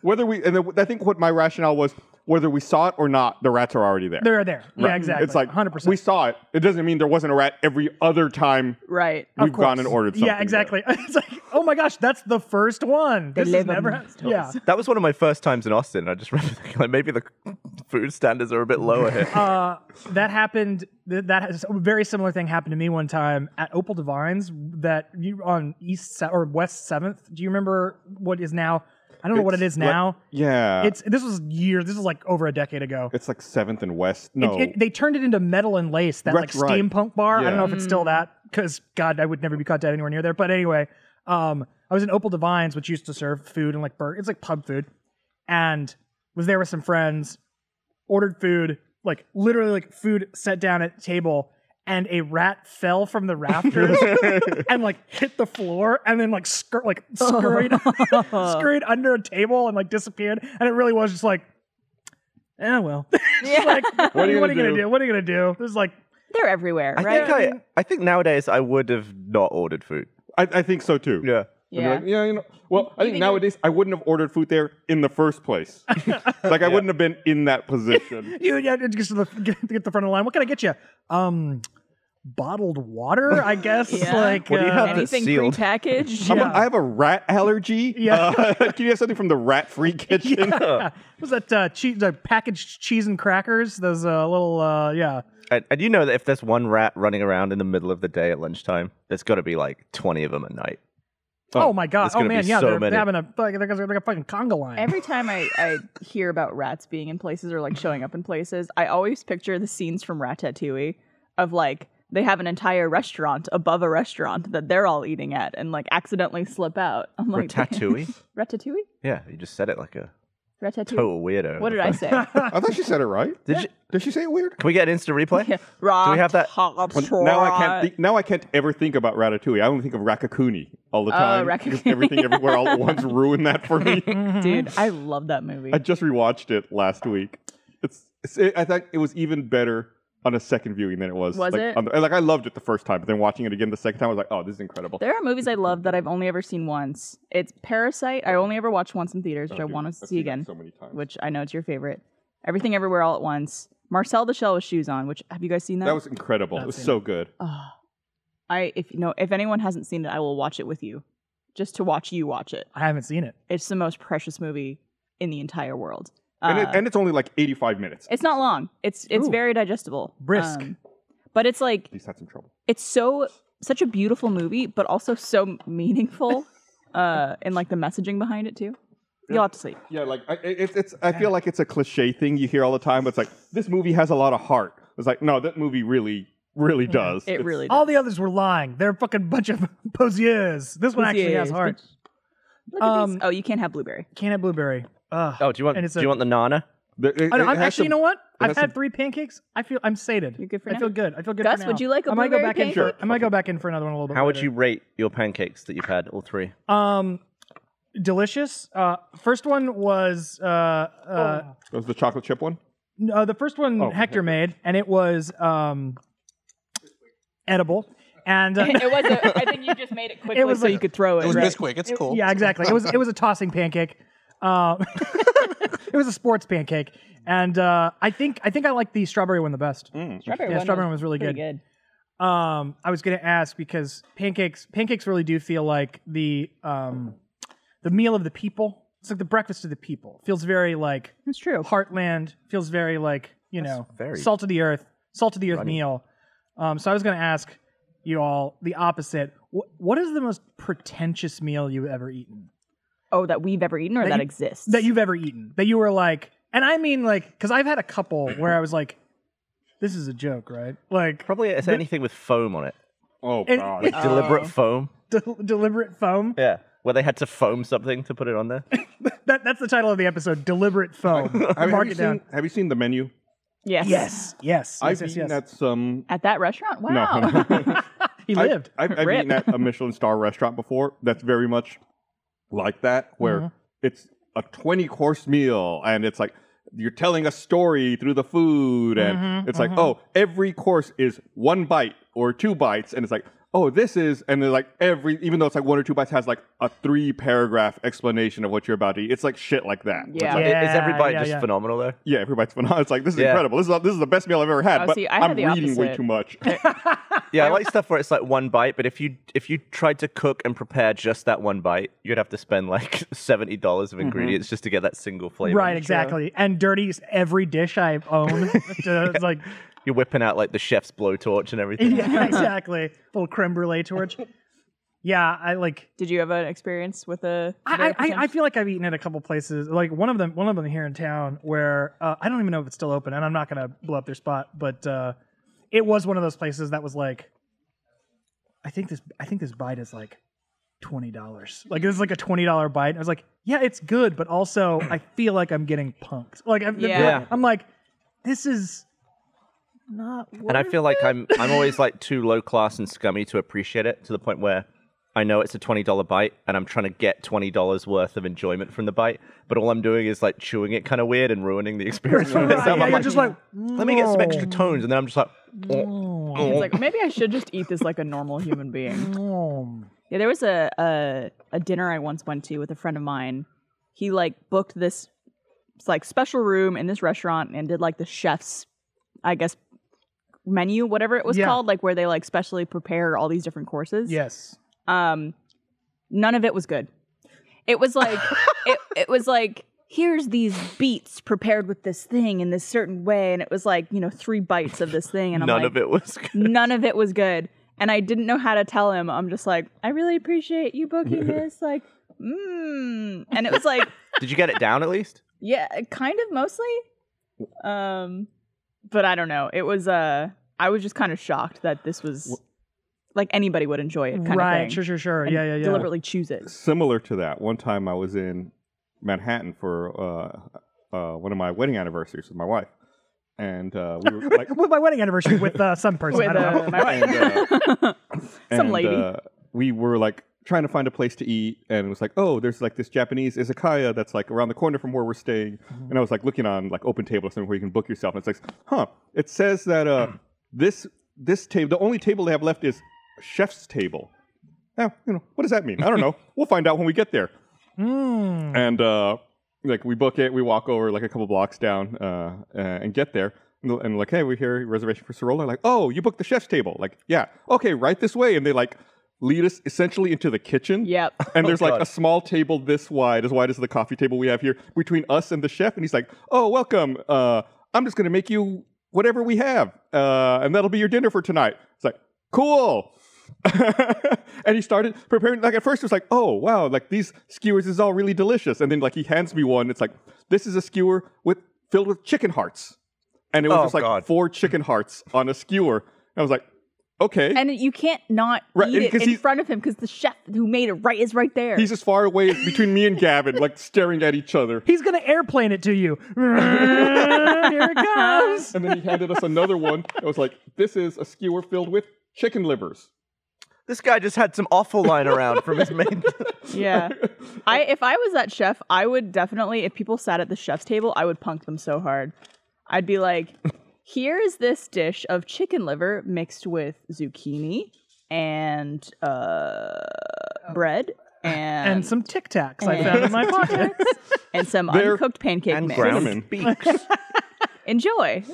whether we and then I think what my rationale was whether we saw it or not, the rats are already there. they're there. Yeah, exactly. It's like hundred percent. We saw it. It doesn't mean there wasn't a rat every other time Right. we've gone and ordered something. Yeah, there. exactly. (laughs) it's like, oh my gosh, that's the first one. This has live never. amongst happened. (laughs) Yeah. (laughs) That was one of my first times in Austin. And I just remember thinking, like maybe the food standards are a bit lower here. Uh, that happened. th- That has, a very similar thing happened to me one time at Opal Divines. That you on East Se- or West Seventh. Do you remember what is now? I don't know what it It's is like- now. Yeah. it's this was years. This is like over a decade ago. It's like Seventh and West. It- No, it- they turned it into metal and lace, that That's like right. steampunk bar. I Yeah. don't know if it's still that because God, I would never be caught dead anywhere near there. But anyway, um, I was in Opal Divines, which used to serve food and like burger. It's like pub food, and was there with some friends, ordered food, like literally like food set down at table. And a rat fell from (laughs) the rafters and like hit the floor, and then like skirt like scurried, scurried under a table and like disappeared. And it really was just like, eh, well, (laughs) Yeah. like, what, are are you you, gonna gonna do? do? What are you gonna do? There's like, They're everywhere, I right? think I, I think nowadays I would have not ordered food. I, I think so too. Yeah. I'd be yeah. like, yeah, you know. Well, I think nowadays I wouldn't have ordered food there in the first (laughs) place. like I wouldn't have been in that position. (laughs) you yeah, it gets to the get, get the front of the line. What can I get you? Um, bottled water, I (laughs) guess. Yeah. Like, What do you have uh, that's Anything sealed. prepackaged. I'm a- Yeah. I have a rat allergy. Yeah. Uh, (laughs) can you have something from the (laughs) rat-free kitchen? (laughs) was that uh, cheese? The packaged cheese and crackers. Those uh, little, uh, yeah. And, and you know that if there's one rat running around in the middle of the day at lunchtime, there's got to be like 20 of them at night. Oh, my god! there's Oh gonna be man, yeah. so they're, many. they're having a like, they're, they're like a fucking conga line. Every time I, I hear about rats being in places or like showing up in places, I always picture the scenes from Ratatouille of like they have an entire restaurant above a restaurant that they're all eating at and like accidentally slip out. I'm like Ratatouille? (laughs) (laughs) Ratatouille? yeah, you just said it like a Ratatouille. total weirdo. What did I say? I thought she said it right. Did you, Did she say it weird? can we get an instant replay? yeah. Rat- Do we have that? Now I can't. Think, now I can't ever think about Ratatouille. I only think of Rakakuni all Oh, the time. Because Rakakuni. Everything everywhere all at (laughs) once ruined that for me. Dude, I love that movie. I just rewatched it last week. It's, it's it, I think it was even better on a second viewing than it was. Was like, it? On the, and, like I loved it the first time, but then watching it again the second time, I was like, oh, this is incredible. There are movies I love that I've only ever seen once. It's Parasite. I only ever watched once in theaters, which I want to I've see seen that again, so many times. which I know it's your favorite. Everything Everywhere All at Once. Marcel the Shell with Shoes on, which have you guys seen that? that was incredible. It was so good. I if you know if anyone hasn't seen it, I will watch it with you, just to watch you watch it. I haven't seen it. It's the most precious movie in the entire world. Uh, and, it, and it's only like 85 minutes. It's not long. It's it's very digestible. Um, Brisk. but it's like He's had some trouble. it's so such a beautiful movie, but also so (laughs) meaningful, uh, and like the messaging behind it too. You'll have to see. Yeah, like I, it, it's- it's. I feel like it's a cliche thing you hear all the time, but it's like this movie has a lot of heart. It's like no, that movie really, really does. It It's- really. All the others were lying. They're a fucking bunch of (laughs) poseurs. This one actually has Poseurs, heart. Look at these. um, Oh, you can't have blueberry. Can have blueberry. Ugh. Oh, do you want? And it's Do a- you want the nana? There- it- Oh, I know, it I'm has actually, some- you know what? I've has some- had three pancakes. I feel I'm sated. You're good for I now? feel good. I feel good. Gus, for now. would you like a I might go blueberry back in for. pancake? I might go back in for another one a little bit. How would later. you rate your pancakes that you've had? All three. Um, delicious. Uh, first one was uh, uh, Was the chocolate chip one? n- uh the first one Hector made, and it was um, edible. And uh, (laughs) (laughs) it was. A, I think you just made it quickly was so like- you could throw it. It was right? Bisquick. It's cool. Yeah, exactly. It was it was a tossing pancake. Uh, (laughs) it was a sports pancake, and uh, I think I think I like the strawberry one the best. Strawberry Yeah, one strawberry one was really pretty good. good. Um, I was going to ask because pancakes pancakes really do feel like the um, the meal of the people. It's like the breakfast of the people. Feels very like That's true. heartland. Feels very like you know very salt of the earth, salt of the earth meal. Um, so I was going to ask you all the opposite. What, what is the most pretentious meal you've ever eaten? Oh, that we've ever eaten or that, you- exists. that you've ever eaten that you were like and i mean like because i've had a couple where i was like this is a joke right like Probably it's anything with foam on it. Oh And- god. Like deliberate foam. del- (laughs) deliberate foam Yeah. Where they had to foam something to put it on there. that, that's the title of the episode deliberate foam (laughs) have, have mark you it down seen, have you seen the menu? yes. yes yes I've yes, yes, eaten yes. at some. At that restaurant. No, Wow. (laughs) (laughs) he I- lived I've, I've Rip. eaten (laughs) at a Michelin star restaurant before. That's very much like that, where Mm-hmm. it's a twenty-course meal, and it's like you're telling a story through the food, and Mm-hmm, it's like, oh, every course is one bite or two bites, and it's like, oh, this is, and then like every, even though it's like one or two bites, has like a three-paragraph explanation of what you're about to eat. It's like shit like that. It's Yeah. like, Is- is everybody yeah, just yeah. phenomenal though? yeah, everybody's phenomenal. It's like this is Yeah. incredible. This is this is the best meal I've ever had. Oh, but see, I had I'm the reading way opposite. too much. Yeah, I like stuff where it's like one bite, but if you if you tried to cook and prepare just that one bite, you'd have to spend like (laughs) seventy dollars of ingredients just to get that single flavor. Mm-hmm. right exactly and dirties every dish i own (laughs) (laughs) to, it's like You're whipping out like the chef's blowtorch and everything. yeah exactly little creme brulee torch yeah i like Did you have an experience with a? I, very I, I pretentious- feel like I've eaten at a couple places. Like one of them, one of them here in town, where uh, I don't even know if it's still open, and I'm not gonna blow up their spot, but uh, it was one of those places that was like, I think this, I think this bite is like twenty dollars. Like this is like a twenty dollar bite. And I was like, yeah, it's good, but also (clears throat) I feel like I'm getting punked. Like I'm, Yeah. Yeah. I'm like, this is not. And I feel like I'm I'm always like too low class and scummy to appreciate it to the point where I know it's a twenty dollar bite and I'm trying to get twenty dollars worth of enjoyment from the bite, but all I'm doing is like chewing it kind of weird and ruining the experience for myself. Yeah, I'm you're like, just like, let me get some extra tones, and then I'm just like, It's like maybe I should just eat this like a normal human being. mm, Yeah, there was a, a a dinner I once went to with a friend of mine. He like booked this it's like special room in this restaurant and did like the chef's, I guess, menu, whatever it was Yeah. called, like where they like specially prepare all these different courses. yes. Um, none of it was good. It was like it it was like here's these beets prepared with this thing in this certain way, and it was like you know three bites of this thing, and I'm none like, of it was (laughs) good. none of it was good and i didn't know how to tell him i'm just like i really appreciate (laughs) you booking this like mm. and it was like (laughs) Did you get it down at least? yeah kind of mostly um but i don't know it was uh i was just kind of shocked that this was like anybody would enjoy it kind right. of thing Sure. Sure. Sure. and Yeah. Yeah. Yeah. deliberately choose it similar to that, one time I was in Manhattan for uh, uh, one of my wedding anniversaries with my wife, and uh, we were like, with my wedding anniversary with uh, some person. with I don't know. uh, my wife (laughs) (laughs) some and, lady uh, we were like trying to find a place to eat, and it was like, oh, there's like this Japanese izakaya that's like around the corner from where we're staying, Mm-hmm. and I was like looking on like Open Table or something where you can book yourself, and it's like, huh, it says that uh, (clears throat) this this table, the only table they have left is chef's table. Now, you know, what does that mean? I (laughs) don't know. we'll find out when we get there. Hmm. and uh, like we book it, we walk over like a couple blocks down uh, uh, and get there. And, and like, hey, we're here reservation for Sorolla. Like, oh, you booked the chef's table. Like, yeah, okay, right this way. And they like lead us essentially into the kitchen. Yep. And there's like Oh, God. a small table this wide, as wide as the coffee table we have here, between us and the chef. And he's like, "Oh, welcome. Uh, I'm just gonna make you whatever we have, uh, and that'll be your dinner for tonight." It's like, "Cool." (laughs) and he started preparing. Like at first, it was like, "Oh wow, like these skewers this is all really delicious." And then like he hands me one. It's like, "This is a skewer with filled with chicken hearts," and it was Oh, just like God. four chicken hearts on a skewer. And I was like, "Okay." And you can't not Right, and eat it 'cause in he's- front of him because the chef who made it right is right there. He's as far away between me and Gavin, like staring at each other. He's gonna airplane it to you. (laughs) Here it comes. And then he handed us another one. It was like, this is a skewer filled with chicken livers. This guy just had some awful lying around from his (laughs) main. yeah. I if I was that chef, I would definitely if people sat at the chef's table, I would punk them so hard. I'd be like, "Here is this dish of chicken liver mixed with zucchini and uh, bread and Oh. (laughs) And some Tic Tacs I found in my (laughs) pocket. and some They're- uncooked pancake and mix. ground (laughs) Cinnamon. beaks. Enjoy."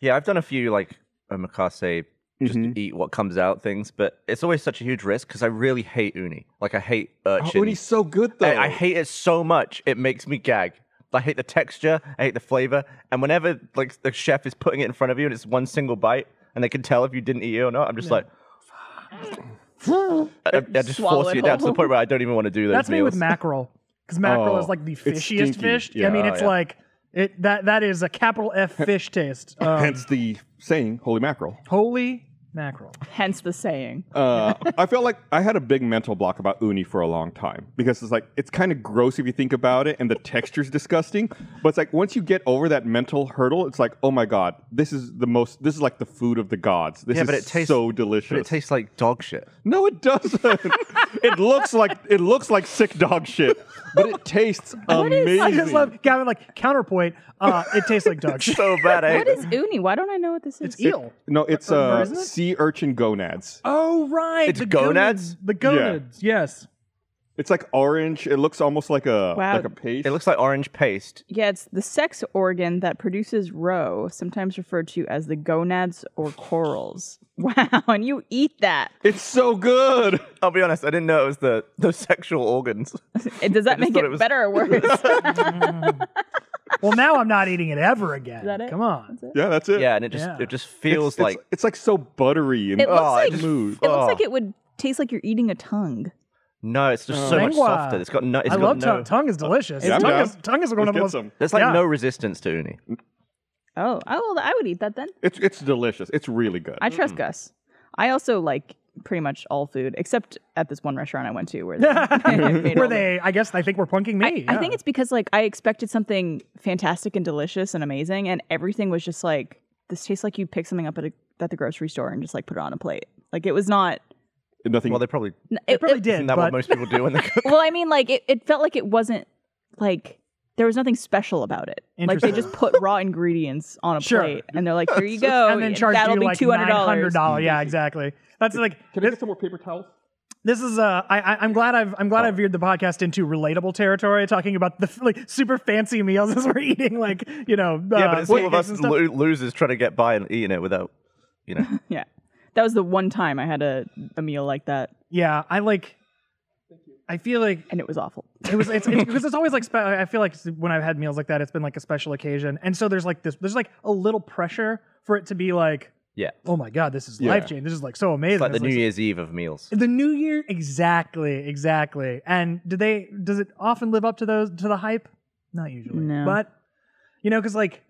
yeah, I've done a few like omakase, just eat what comes out things, but it's always such a huge risk because I really hate uni. Like I hate urchin. Oh, and he's so good though. I, I hate it so much it makes me gag. I hate the texture. I hate the flavor. And whenever like the chef is putting it in front of you and it's one single bite, and they can tell if you didn't eat it or not, I'm just like. I, I just Swallow force it it down to the whole. point where I don't even want to do those That's me meals. with mackerel because mackerel Oh, is like the it's fishiest stinky. fish. Yeah. I mean, Oh, it's yeah. like it that that is a capital F fish taste. Um, Hence the saying, holy mackerel. holy mackerel! Hence the saying. Uh, I felt like I had a big mental block about uni for a long time because it's like, it's kind of gross if you think about it, and the texture's disgusting. But it's like, once you get over that mental hurdle, it's like, oh my God, this is the most, this is like the food of the gods. This Yeah, is but it tastes- so delicious. But it tastes like dog shit. No, it doesn't. it looks like it looks like sick dog shit, but it tastes amazing. I just love Gavin. Like counterpoint, uh, it tastes like dog shit. So bad. I hate What is uni? Why don't I know what this is? It's eel. no, it's uh, Isn't it? sea urchin gonads. Oh right, It's gonads? The gonads. Yes. It's like orange. It looks almost like a Wow. like a paste. It looks like orange paste. Yeah, it's the sex organ that produces roe, sometimes referred to as the gonads or corals. (laughs) Wow, and you eat that. (laughs) it's so good. (laughs) I'll be honest, I didn't know it was the those (laughs) sexual organs. And Does that make thought it, it was- better or worse? Well, now I'm not eating it ever again. that it? Come on. Yeah, that's it. Yeah, and it just Yeah. it just It's- feels it's, like it's, like so buttery and It looks like- just- smooth. it looks oh. like it would taste like you're eating a tongue. no, it's just so much Mm. Lengua. softer. It's got no. It's I got love no. uh, tongue. Tongue is delicious. Yeah, I'm tongue, down. is, tongue is one Let's of the get most. some. There's like Yeah. no resistance to uni. Oh, I, well, I would eat that then. It's it's delicious. It's really good. I trust Gus. I also like pretty much all food, except at this one restaurant I went to where they (laughs) made all the- Were they? I guess I think we're punking me. I, I yeah. think it's because like I expected something fantastic and delicious and amazing, and everything was just like this tastes like you pick something up at a, at the grocery store and just like put it on a plate. Like it was not. Nothing. Well, they probably n- They probably it- did, isn't that but what most people do when they cook. Well, I mean, like it, it felt like it wasn't like there was nothing special about it. Like they just Interesting. put raw ingredients on a Sure. plate, and they're like, "Here you go," (laughs) and then charge Oh, that'll you be like two hundred $900. dollars. Yeah, exactly. That's like Can I get some more paper towels? Oh. this is uh I, I I'm glad I've I'm glad I veered the podcast into relatable territory, talking about the f- like super fancy meals (laughs) as we're eating like you know uh, yeah, but it's all of us pancakes and stuff. lo- losers trying to get by and eating it without, you know. Yeah, that was the one time I had a a meal like that, yeah, I like. I feel like and it was awful. it was it's it's because it's always like spe- I feel like when I've had meals like that, it's been like a special occasion, and so there's like this there's like a little pressure for it to be like Yeah, oh my god, this is Yeah. life changing, this is like so amazing, it's like the This New looks- Year's Eve of meals. The New Year, exactly, exactly. And do they? Does it often live up to those to the hype? Not usually, No. but you know, because like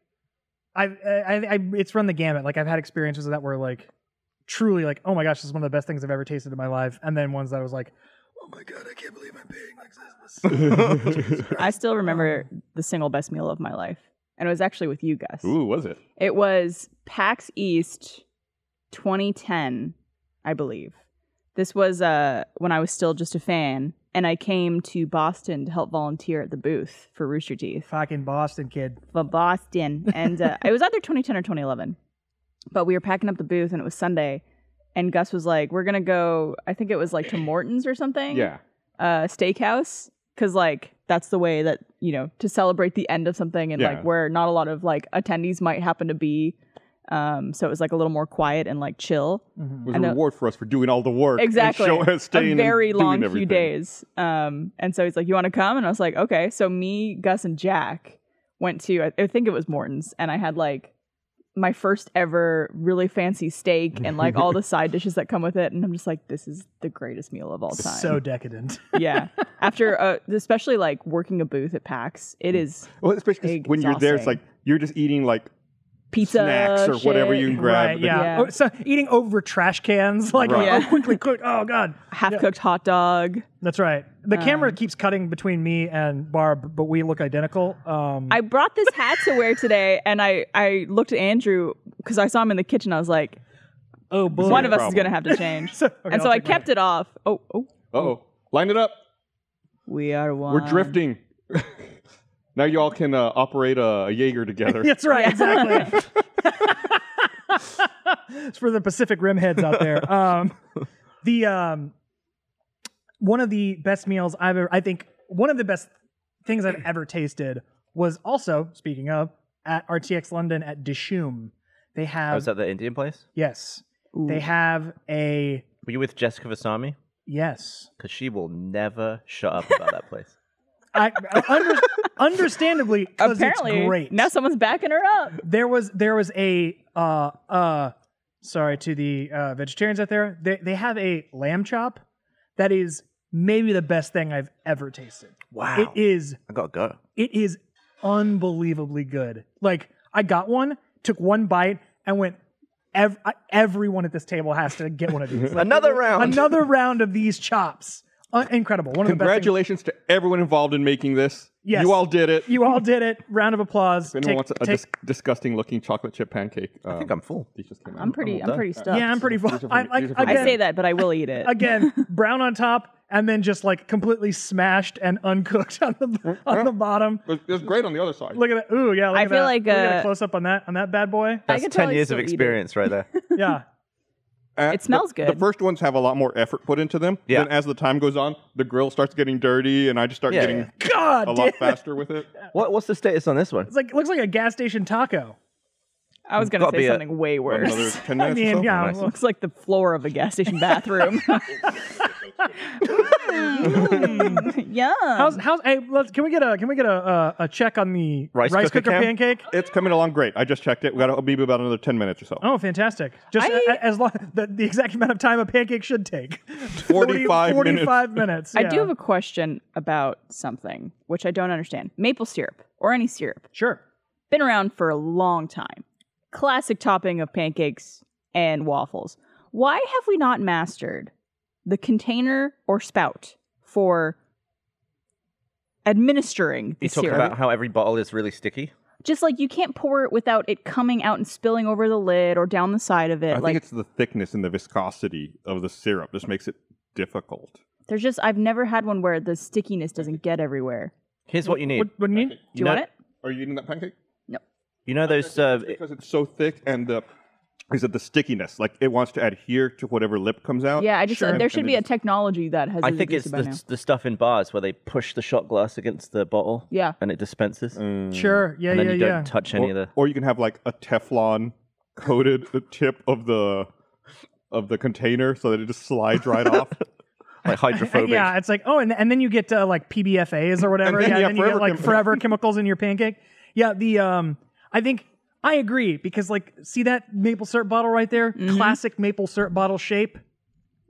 I, I, I, it's run the gamut. Like I've had experiences of that were like truly like, oh my gosh, this is one of the best things I've ever tasted in my life, and then ones that I was like, oh my god, I can't believe I'm paying like this. I still (laughs) remember the single best meal of my life, and it was actually with you, Gus. Ooh, was it? It was PAX East 2010, I believe. This was uh, when I was still just a fan, and I came to Boston to help volunteer at the booth for Rooster Teeth. Fucking Boston kid. For Boston. And uh, it was either 2010 or 2011. But we were packing up the booth, and it was Sunday. And Gus was like, We're going to go, I think it was like to Morton's or something Yeah. uh, steakhouse because like that's the way that you know to celebrate the end of something and Yeah. like where not a lot of like attendees might happen to be. Um, so it was like a little more quiet and like chill. was And a a- reward for us for doing all the work. (laughs) and Exactly. show- (laughs) staying a and very doing long few everything. days. Um, and so he's like, "You want to come?" And I was like, "Okay." So me, Gus, and Jack went to I- I think it was Morton's, and I had like my first ever really fancy steak and (laughs) like all the side dishes that come with it. And I'm just like, "This is the greatest meal of all time." So decadent. yeah. After uh, especially like working a booth at PAX, it is Well, especially 'cause Egg when you're there, it's like exhausting. you're just eating like pizza snacks or whatever shit, you can grab. right? but Yeah. Yeah. Oh, so eating over trash cans, (laughs) like Right. oh, Yeah. quickly, quick. Oh god, half cooked hot dog. that's right. The Um, camera keeps cutting between me and Barb, but we look identical. Um, I brought this hat to wear today, and I I looked at Andrew because I saw him in the kitchen. I was like, oh boy, one (laughs) of us is problem. going to have to change. So- okay, and so I'll I take mine. kept it off. Oh, oh, Oh, line it up. we are one. Um, We're (laughs) drifting. now you all can uh, operate a, a Jaeger (laughs) together. That's right, exactly. (laughs) it's for the Pacific Rim heads out there. (laughs) Um, the um, one of the best meals I've ever, I think, one of the best things I've ever tasted was also speaking of at RTX London at Dishoom. They Oh, have is that the Indian place? yes, they have a Were you with Jessica Vasami? yes. Because she will never shut up about that place. I (laughs) under, understandably 'cause Apparently, it's great. now someone's backing her up. there was there was a uh uh sorry to the uh vegetarians out there they they have a lamb chop that is maybe the best thing i've ever tasted Wow. it is I gotta go. it is unbelievably good like i got one took one bite and went Ev- I- everyone at this table has to get one of (laughs) these Like, Another round. another round of these chops Un- incredible one of the best things- Congratulations to everyone involved in making this. Yes. You all did it. you all did it round of applause if anyone Take- wants a, take- dis- disgusting looking chocolate chip pancake, uh, I think I'm full. these just came out. I'm pretty. I'm pretty stuffed. yeah i'm pretty full These are for I, me- like, these are for me. I again, say that, but I will eat it. again (laughs) brown on top and then just like completely smashed and uncooked (laughs) on the on the bottom It was, it was great on the other side. look at that ooh yeah look I at feel that. like, Can we get a uh, close up on that on that (laughs) bad boy I That's could 10 totally years of still eat it. experience right there. yeah Uh, It smells the- The good. first ones have a lot more effort put into them. Yeah. Then as the time goes on, the grill starts getting dirty, and I just start Yeah, getting yeah. god a damn (laughs) lot it. faster with it. What, what's the status on this one? it's like looks like a gas station taco I was gonna Gotta be say a- something way worse. Another ten i minutes. or mean so. yeah Nice. well, Looks like the floor of a gas station (laughs) bathroom. Hmm. yeah. how's how's hey let's can we get a can we get a uh, a check on the Rice cooker cooker cam? pancake It's coming along great. I just checked it. We got to be about another ten minutes or so. Oh, fantastic! Just I- a- as long the, the exact amount of time a pancake should take 45 minutes. 45 minutes. I do have a question about something which I don't understand. Maple syrup or any syrup. sure. been around for a long time. Classic topping of pancakes and waffles. Why have we not mastered the container or spout for administering the You talking syrup? about how every bottle is really sticky? Just like you can't pour it without it coming out and spilling over the lid or down the side of I it. think like it's the thickness and the viscosity of the syrup. This makes it difficult. there's just I've never had one where the stickiness doesn't get everywhere. Here's what you need. What, what do you need? Do you know, want it? Are you eating that pancake? You know those. Uh, Because it's so thick and the is it the stickiness? Like it wants to adhere to whatever lip comes out. Yeah, I just And- there and should it be a just- technology that has. I think introduced it's it by now. the, the stuff in bars where they push the shot glass against the bottle. Yeah. And it dispenses. Sure. Yeah. Mm. and then yeah. you don't yeah. touch any of the. or you can have like a Teflon coated (laughs) tip of the of the container so that it just slides right off. (laughs) Like (laughs) hydrophobic. Yeah, it's like oh, and, and then you get uh, like PBFAs or whatever. And then yeah, you have then you get forever like chemicals. forever chemicals in your pancake. Yeah, the um, I think I agree because like see that maple syrup bottle right there, Mm-hmm. classic maple syrup bottle shape.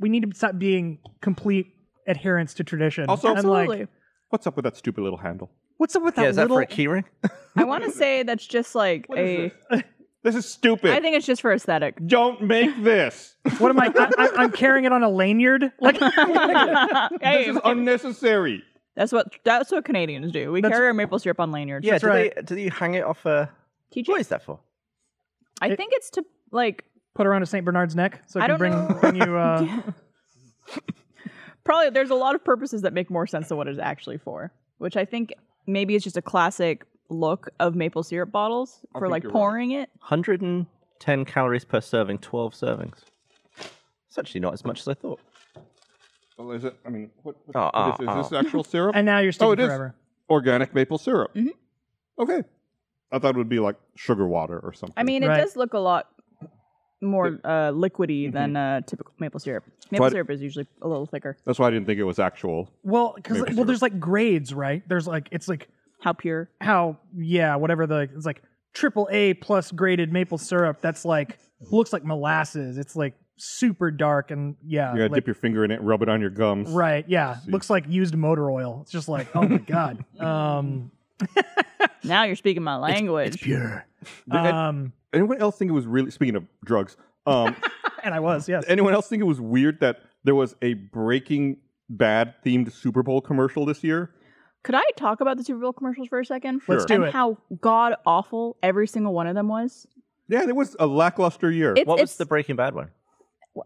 We need to stop being complete adherence to tradition. Also- and like, Absolutely. What's up with that stupid little handle? what's up with that Yeah, is that little? for a keyring? I want to say that's just like a. This is stupid. I think it's just for aesthetic. Don't make this. (laughs) what am I, I, I? I'm carrying it on a lanyard. Like Hey, this is unnecessary. that's what that's what Canadians do. We carry our maple syrup on lanyards. Yeah, do, right. they, do you hang it off a. Teach What it. is that for? I think it's to like put around a Saint Bernard's neck so it I can don't bring know. bring you. (laughs) Uh, probably there's a lot of purposes that make more sense than what it's actually for, which I think maybe it's just a classic look of maple syrup bottles for think like you're right. pouring it. 110 calories per serving, 12 servings. It's actually not as much as I thought. Well, is it? I mean, what, what, Oh, what is, oh, Oh, is this actual syrup? and now you're sticking oh, it is forever. Mm-hmm. organic maple syrup. Okay. I thought it would be like sugar water or something. I mean, it Right. Mm-hmm. does look a lot more uh, liquidy than uh, typical maple syrup. Maple But- syrup is usually a little thicker. that's why I didn't think it was actual. Well, because Maple well, syrup. there's like grades, right? There's like it's like How pure? how yeah, whatever the it's like triple A plus graded maple syrup. That's like looks like molasses. It's like super dark and yeah, You gotta Uh, like- dip your finger in it, rub it on your gums. right. Yeah, looks like used motor oil. It's just like oh my (laughs) god. Um, Now you're speaking my language. pure. Did an- Um, anyone else think it was really? Speaking of (laughs) drugs, um, and I was yes. anyone else think it was weird that there was a Breaking Bad themed Super Bowl commercial this year? Could I talk about the Super Bowl commercials for a second? Let's do and it. how god awful every single one of them was. Yeah, there was a lackluster year. It's, What it's, was the Breaking Bad one?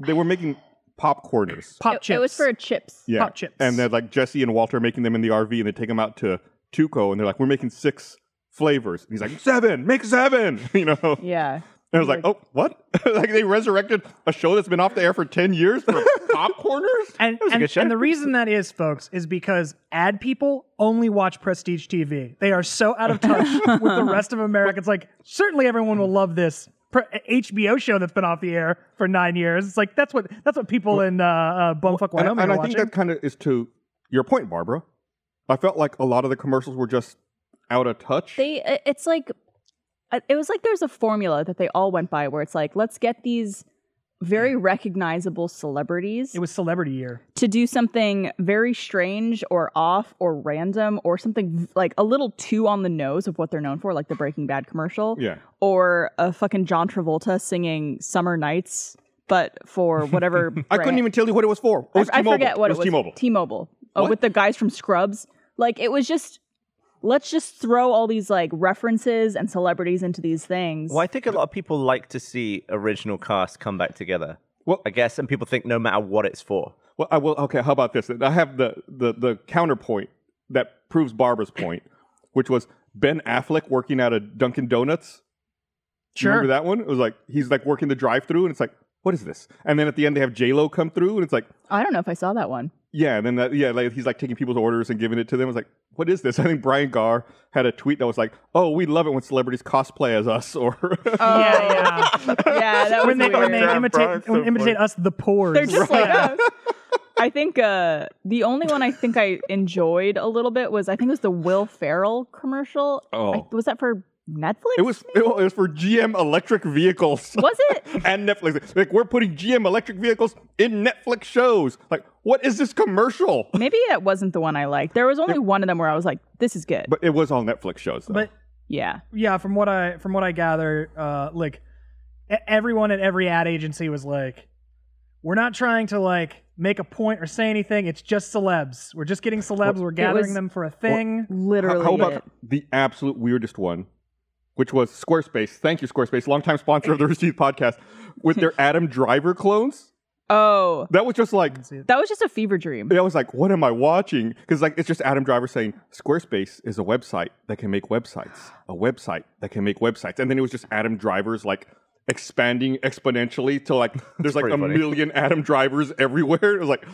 they were making popcorners. Pop it, chips. it was for chips. yeah, pop chips. and then like Jesse and Walter making them in the RV, and they take them out to Tuco, and they're like, "We're making six flavors." And he's like, seven, make seven. (laughs) You know. Yeah. And I was like, "Oh, what?" (laughs) like they resurrected a show that's been off the air for ten years (laughs) for popcorners. And, was a and, good show. and the reason that is, folks, is because ad people only watch prestige TV. They are so out of touch with the rest of America. It's like, certainly everyone will love this pre- HBO show that's been off the air for nine years. It's like, that's what that's what people in uh, uh, Bumfuck, And, Wyoming and are I watching. think that kind of is to your point, Barbara. I felt like a lot of the commercials were just out of touch. They it- it's like uh, it was like there's a formula that they all went by where it's like, let's get these very recognizable celebrities it was celebrity year. to do something very strange or off or random or something v- like a little too on the nose of what they're known for, like the Breaking Bad commercial. yeah. Or a fucking John Travolta singing Summer Nights, but (laughs) for whatever. I couldn't brand- even tell you what it was for. It was I, I T-Mobile. forget what it was. T-Mobile. T-Mobile. Oh, What? with the guys from Scrubs. Like it was just let's just throw all these like references and celebrities into these things. Well, I think a lot of people like to see original cast come back together. Well- I guess, and people think no matter what it's for. Well, I will. Okay, how about this? I have the the the counterpoint that proves Barbara's point, which was Ben Affleck working at a Dunkin' Donuts. Do you Sure. Remember that one? It was like he's like working the drive-through, and it's like, what is this? And then at the end, they have J Lo come through, and it's like, I don't know if I saw that one. yeah. And then that, yeah, like he's like taking people's orders and giving it to them. It's like, what is this? (laughs) I think Brian Gar had a tweet that was like, oh, we love it when celebrities cosplay as us, (laughs) or yeah, yeah. (laughs) yeah, that was when they, when they weird. God, imitate, Brian's so when they imitate us, the poors. They're just like us. I think uh, the only one I think I enjoyed a little bit was I think it was the Will Ferrell commercial. Oh. I- was that for Netflix? it was it was for GM electric vehicles. (laughs) Was it? and Netflix. Like we're putting GM electric vehicles in Netflix shows. Like what is this commercial? (laughs) Maybe that wasn't the one I liked. There was only one of them where I was like, "This is good." But it was all Netflix shows. Though. but yeah, yeah, from what I from what I gather, uh, like e- everyone at every ad agency was like, "We're not trying to like make a point or say anything. It's just celebs. We're just getting celebs. We're gathering was- them for a thing." how, literally. how about it. the absolute weirdest one, which was Squarespace. Thank you, Squarespace, longtime sponsor of the Receive podcast, with (laughs) their Adam Driver clones. Oh, That was just like that was just a fever dream. I was like, what am I watching? Because like it's just Adam Driver saying Squarespace is a website that can make websites, a website that can make websites, and then it was just Adam Driver's like expanding exponentially to (laughs) like there's like a pretty funny. million Adam Drivers everywhere. It was like,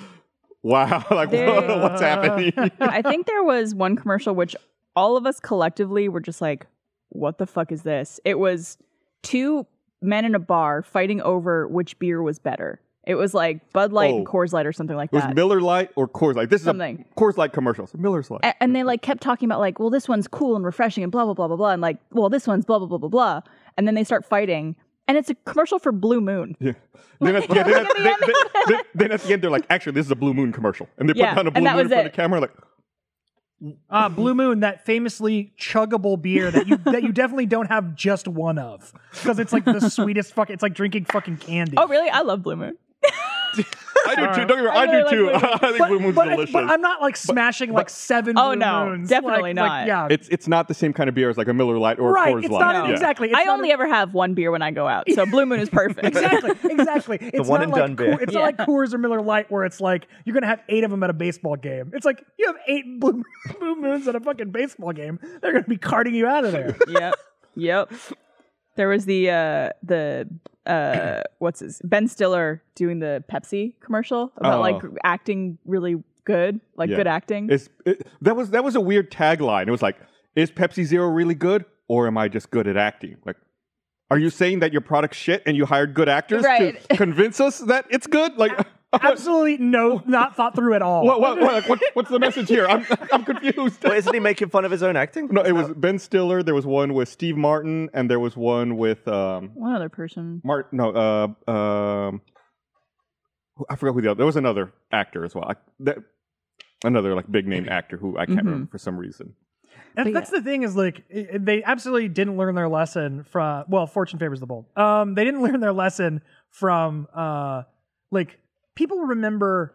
wow, (laughs) like They- what's (laughs) happening? I think there was one commercial which all of us collectively were just like, "What the fuck is this?" It was two men in a bar fighting over which beer was better. It was like Bud Light and Oh. Coors Light or something like It was that. Miller Lite or Coors Light. This Something. Eh. is a Coors Light commercial. It's Miller's Light. A- and they like kept talking about like, well, this one's cool and refreshing and blah blah blah blah blah, and like, well, this one's blah blah blah blah blah, and then they start fighting, and it's a commercial for Blue Moon. Yeah. Then (laughs) at, yeah, then, at, then, then- then at the end, they're like, actually, this is a Blue Moon commercial. And they Yeah, put down a and Blue that Moon in was front it. of the camera, like, Ah, Blue Moon, that famously chuggable beer that you that (laughs) you definitely don't have just one of because it's like (laughs) the sweetest fuck. It's like drinking fucking candy. Oh, really? I love Blue Moon. I do Uh-huh. too. Don't get me wrong. I, do (laughs) really too. like Blue Moon. I think Blue Moon's but, delicious. but I'm not like smashing like seven. Oh, Blue no, Moons. definitely Like- not. like, yeah, It's it's not the same kind of beer as like a Miller Lite or right. a Coors It's Light. not No. exactly. It's I not only ever have one beer when I go out, (laughs) so Blue Moon is perfect. (laughs) exactly, exactly. It's one not and like done beer. Coor- it's Yeah. not like Coors or Miller Light where it's like you're gonna have eight of them at a baseball game. It's like you have eight (laughs) blue, blue moons at a fucking baseball game. They're gonna be carting you out of (laughs) there. yep. Yep. There was the uh the uh what's his Ben Stiller doing the Pepsi commercial about Oh. like acting really good, like Yeah. good acting. It's it, that was that was a weird tagline. It was like, is Pepsi Zero really good? or am I just good at acting? Like, are you saying that your product's shit and you hired good actors (laughs) Right. to convince us that it's good? Like, what, Absolutely no, not thought through at (laughs) all. what, what, what, what- what's the message here? I'm, (laughs) I'm confused. Wait, isn't he making fun of his own acting? No, it was Ben Stiller. There was one with Steve Martin, and there was one with um, One other person. Martin. No, uh, um, who- I forgot who the other. There was another actor as well. I, that, another like big name actor who I can't remember for some reason. That- that's the thing is like i- i- they absolutely didn't learn their lesson from well fortune favors the bold um they didn't (laughs) learn their lesson from uh like people remember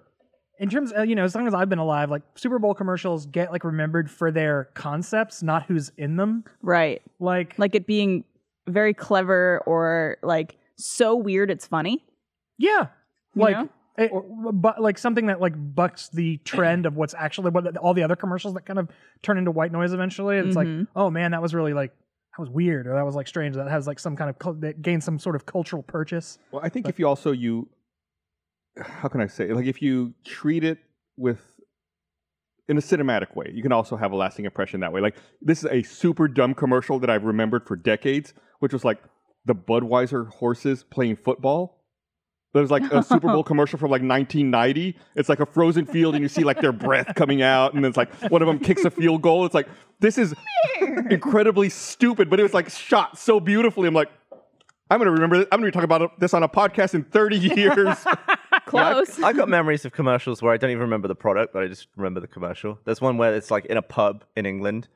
in terms of you know as long as i've been alive like super bowl commercials get like remembered for their concepts not who's in them Right. like, Like it being very clever or like so weird it's funny. yeah like know? it- but like something that like bucks the trend of what's actually what all the other commercials that kind of turn into white noise eventually it's like Mhm. oh man that was really like that was weird or that was like strange that has like some kind of cul- that gained some sort of cultural (laughs) purchase Well, I think if you also you, how can I say? Like if you treat it with in a cinematic way, you can also have a lasting impression that way. Like this is a super dumb commercial that I've remembered for decades, which was like the Budweiser horses playing football. There's like a Super Bowl commercial from like 1990. It's like a frozen field, and you see like their breath coming out, and it's like one of them kicks a field goal. It's like this is incredibly stupid, but it was like shot so beautifully. I'm like, I'm gonna remember. This. I'm gonna be talking about this on a podcast in (laughs) 30 years. Close. I got memories of commercials where I don't even remember the product, but I just remember the commercial. There's one where it's like in a pub in England,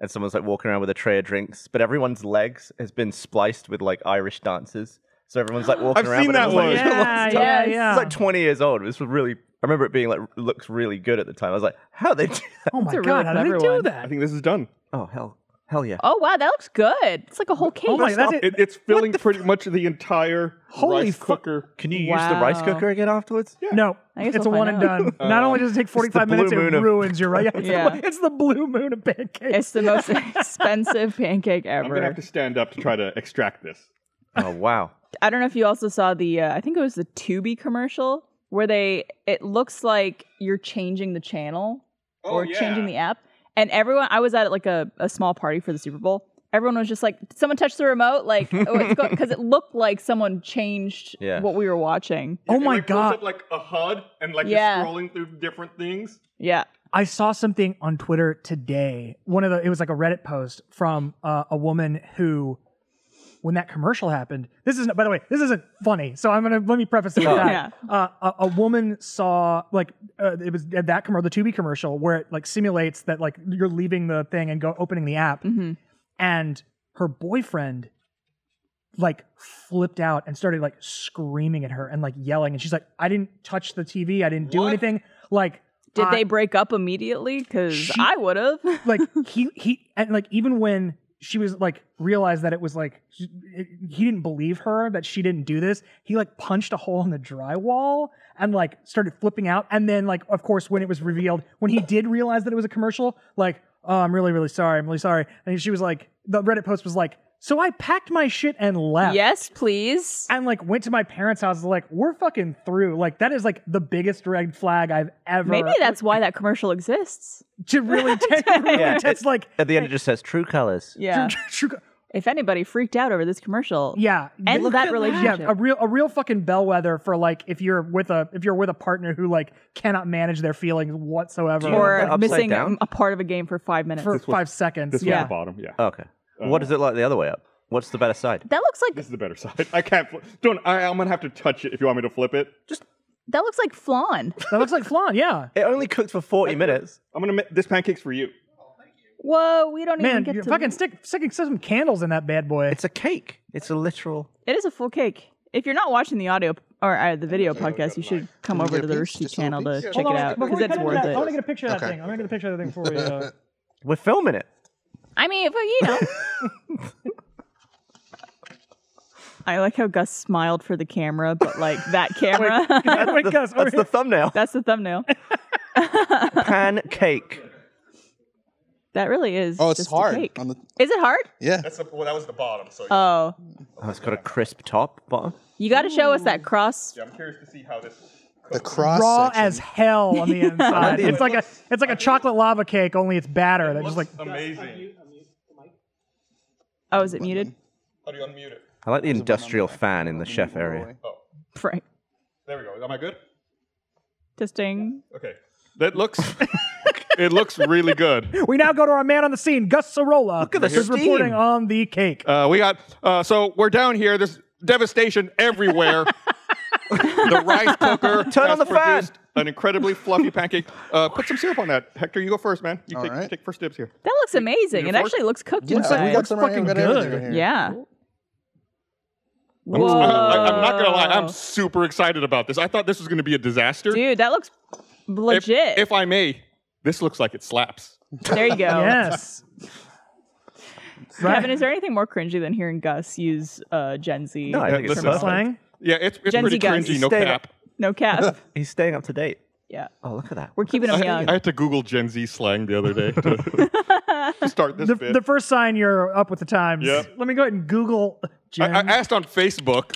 and someone's like walking around with a tray of drinks, but everyone's legs has been spliced with like Irish dances. So everyone's like walking I've around. seen but it that was, like, one. yeah, yeah, Yes. yeah. It's like 20 years old. It was really. I remember it being like looks really good at the time. I was like, how they do that? oh my a really god, how did they clever do one. I that? think this is done. Oh hell, hell yeah. oh wow, that looks good. It's like a whole cake. Oh my, that's it. It, it's filling pretty much the entire Holy rice fu- cooker. Can you use the rice Wow. cooker again afterwards? No, I guess it's a we'll one and find done. (laughs) Not only does it take 45 minutes, it Uh, blue moon of- ruins (laughs) your right. Yeah, it's, Yeah. The, it's the blue moon of pancakes. It's the most (laughs) expensive pancake I'm gonna ever. have to stand up to try to extract this. Oh wow. I don't know if you also saw the. Uh, I think it was the Tubi commercial where they. It looks like you're changing the channel or changing the app, and everyone. I was at like a, a small party for the Super Bowl. Everyone was just like, "Did someone touch the remote?" Like, oh, because it looked like someone changed Yeah. what we were watching. oh my god. like a HUD and like you're Yeah. scrolling through different things. Yeah, I saw something on Twitter today. One of the it was like a Reddit post from uh, a woman who, when that commercial happened, this isn't. By the way, this isn't funny. So I'm gonna let me preface it with that. Uh, a, a woman saw like uh, it was that commercial, the Tubi commercial, where it like simulates that like you're leaving the thing and go opening the app, and her boyfriend like flipped out and started like screaming at her and like yelling, and she's like, "I didn't touch the TV. I didn't do anything." Like. did I- they break up immediately? Because She- I would have. like he he and like even when she was like realized that it was like she- it- he didn't believe her that she didn't do this he like punched a hole in the drywall and like started flipping out and then like of course when it was revealed when he did realize that it was a commercial like oh i'm really really sorry i'm really sorry and she was like the reddit post was like so i packed my shit and left yes, please. and like went to my parents house like we're fucking through like that is like the biggest red flag i've ever Maybe that's why that commercial exists. (laughs) to really take really Yeah, test, it- like At the end, it just says true colors. Yeah. true- if anybody freaked out over this commercial, Yeah, End th- that relationship. Yeah, a real a real fucking bellwether for like if you're with a if you're with a partner who like cannot manage their feelings whatsoever that or upside missing down? a part of a game for five minutes. for This was- five seconds. This was Yeah, the bottom. Yeah, Oh, Okay. what is it like the other way up? What's the better side? that looks like this is the better (laughs) side. I can't. Fl- don't. I, I'm gonna have to touch it if you want me to flip it. that looks like flan. that looks like flan. Yeah, It only cooked for 40 minutes. I'm gonna. ma- This pancake's for you. (laughs) Whoa, we don't even man, get you're to. fucking stick sticking some candles in that bad boy. It's a cake. It's a literal. It is a full cake. If you're not watching the audio or uh, the video podcast, you should come Can we over get to a the piece? Rusty Just a little channel to piece? Yeah. check Hold it on, out before because we it's cut into worth that, I want to it. get a picture of that Okay. thing. I want to get a picture of that thing before we. Uh, We're filming it. I mean, but you know. (laughs) I like how Gus smiled for the camera, but like (laughs) that camera. (laughs) oh my The- gosh, that's the thumbnail. That's the thumbnail. Pancake. That really is. Oh, it's just a hard. cake. On the, Is it hard? yeah. That's the, well, that was the bottom. So Oh, Oh, it's got a crisp top bottom. you got to show us that cross. I'm curious to see how this. The cross raw section. as hell (laughs) on the inside. it's like a it's like a chocolate lava cake, only it's batter. That just like amazing. Oh, is it muted? How do you unmute it? I like the industrial fan in the chef area. Oh, Frank. there we go. Am I good? Testing. Okay. That looks. (laughs) it looks really good. We now go to our man on the scene, Gus Sorolla. Look at the who's steam. reporting on the cake. Uh, we got. Uh, so we're down here. There's devastation (laughs) everywhere. the rice cooker. Turn has on the fan. produced An incredibly fluffy pancake. Uh, put some syrup on that, Hector. You go first, man. You All take, right. take first dibs here. That looks amazing. It fork? actually looks cooked Yeah, like we inside. got looks some right here. fucking We got everything good. right here. Yeah. I'm- I'm- I'm, I'm not gonna lie. Whoa. I'm super excited about this. I thought this was gonna be a disaster. Dude, that looks if, legit. if I may, this looks like it slaps. there (laughs) you go. Yes. (laughs) Kevin, is there anything more cringy than hearing Gus use uh, Gen Z? No, I think it's Listen. perfect. Slang. Yeah, it's, it's Gen pretty Z guys. cringy. No Stay cap. No (laughs) cap. He's staying up to date. yeah. Oh, look at that. We're keeping him young. I had to Google Gen Z slang the other day to, (laughs) to start this The, bit. the first sign you're up with the times. Yep. Let me go ahead and Google I, Jen. I asked on (laughs) Facebook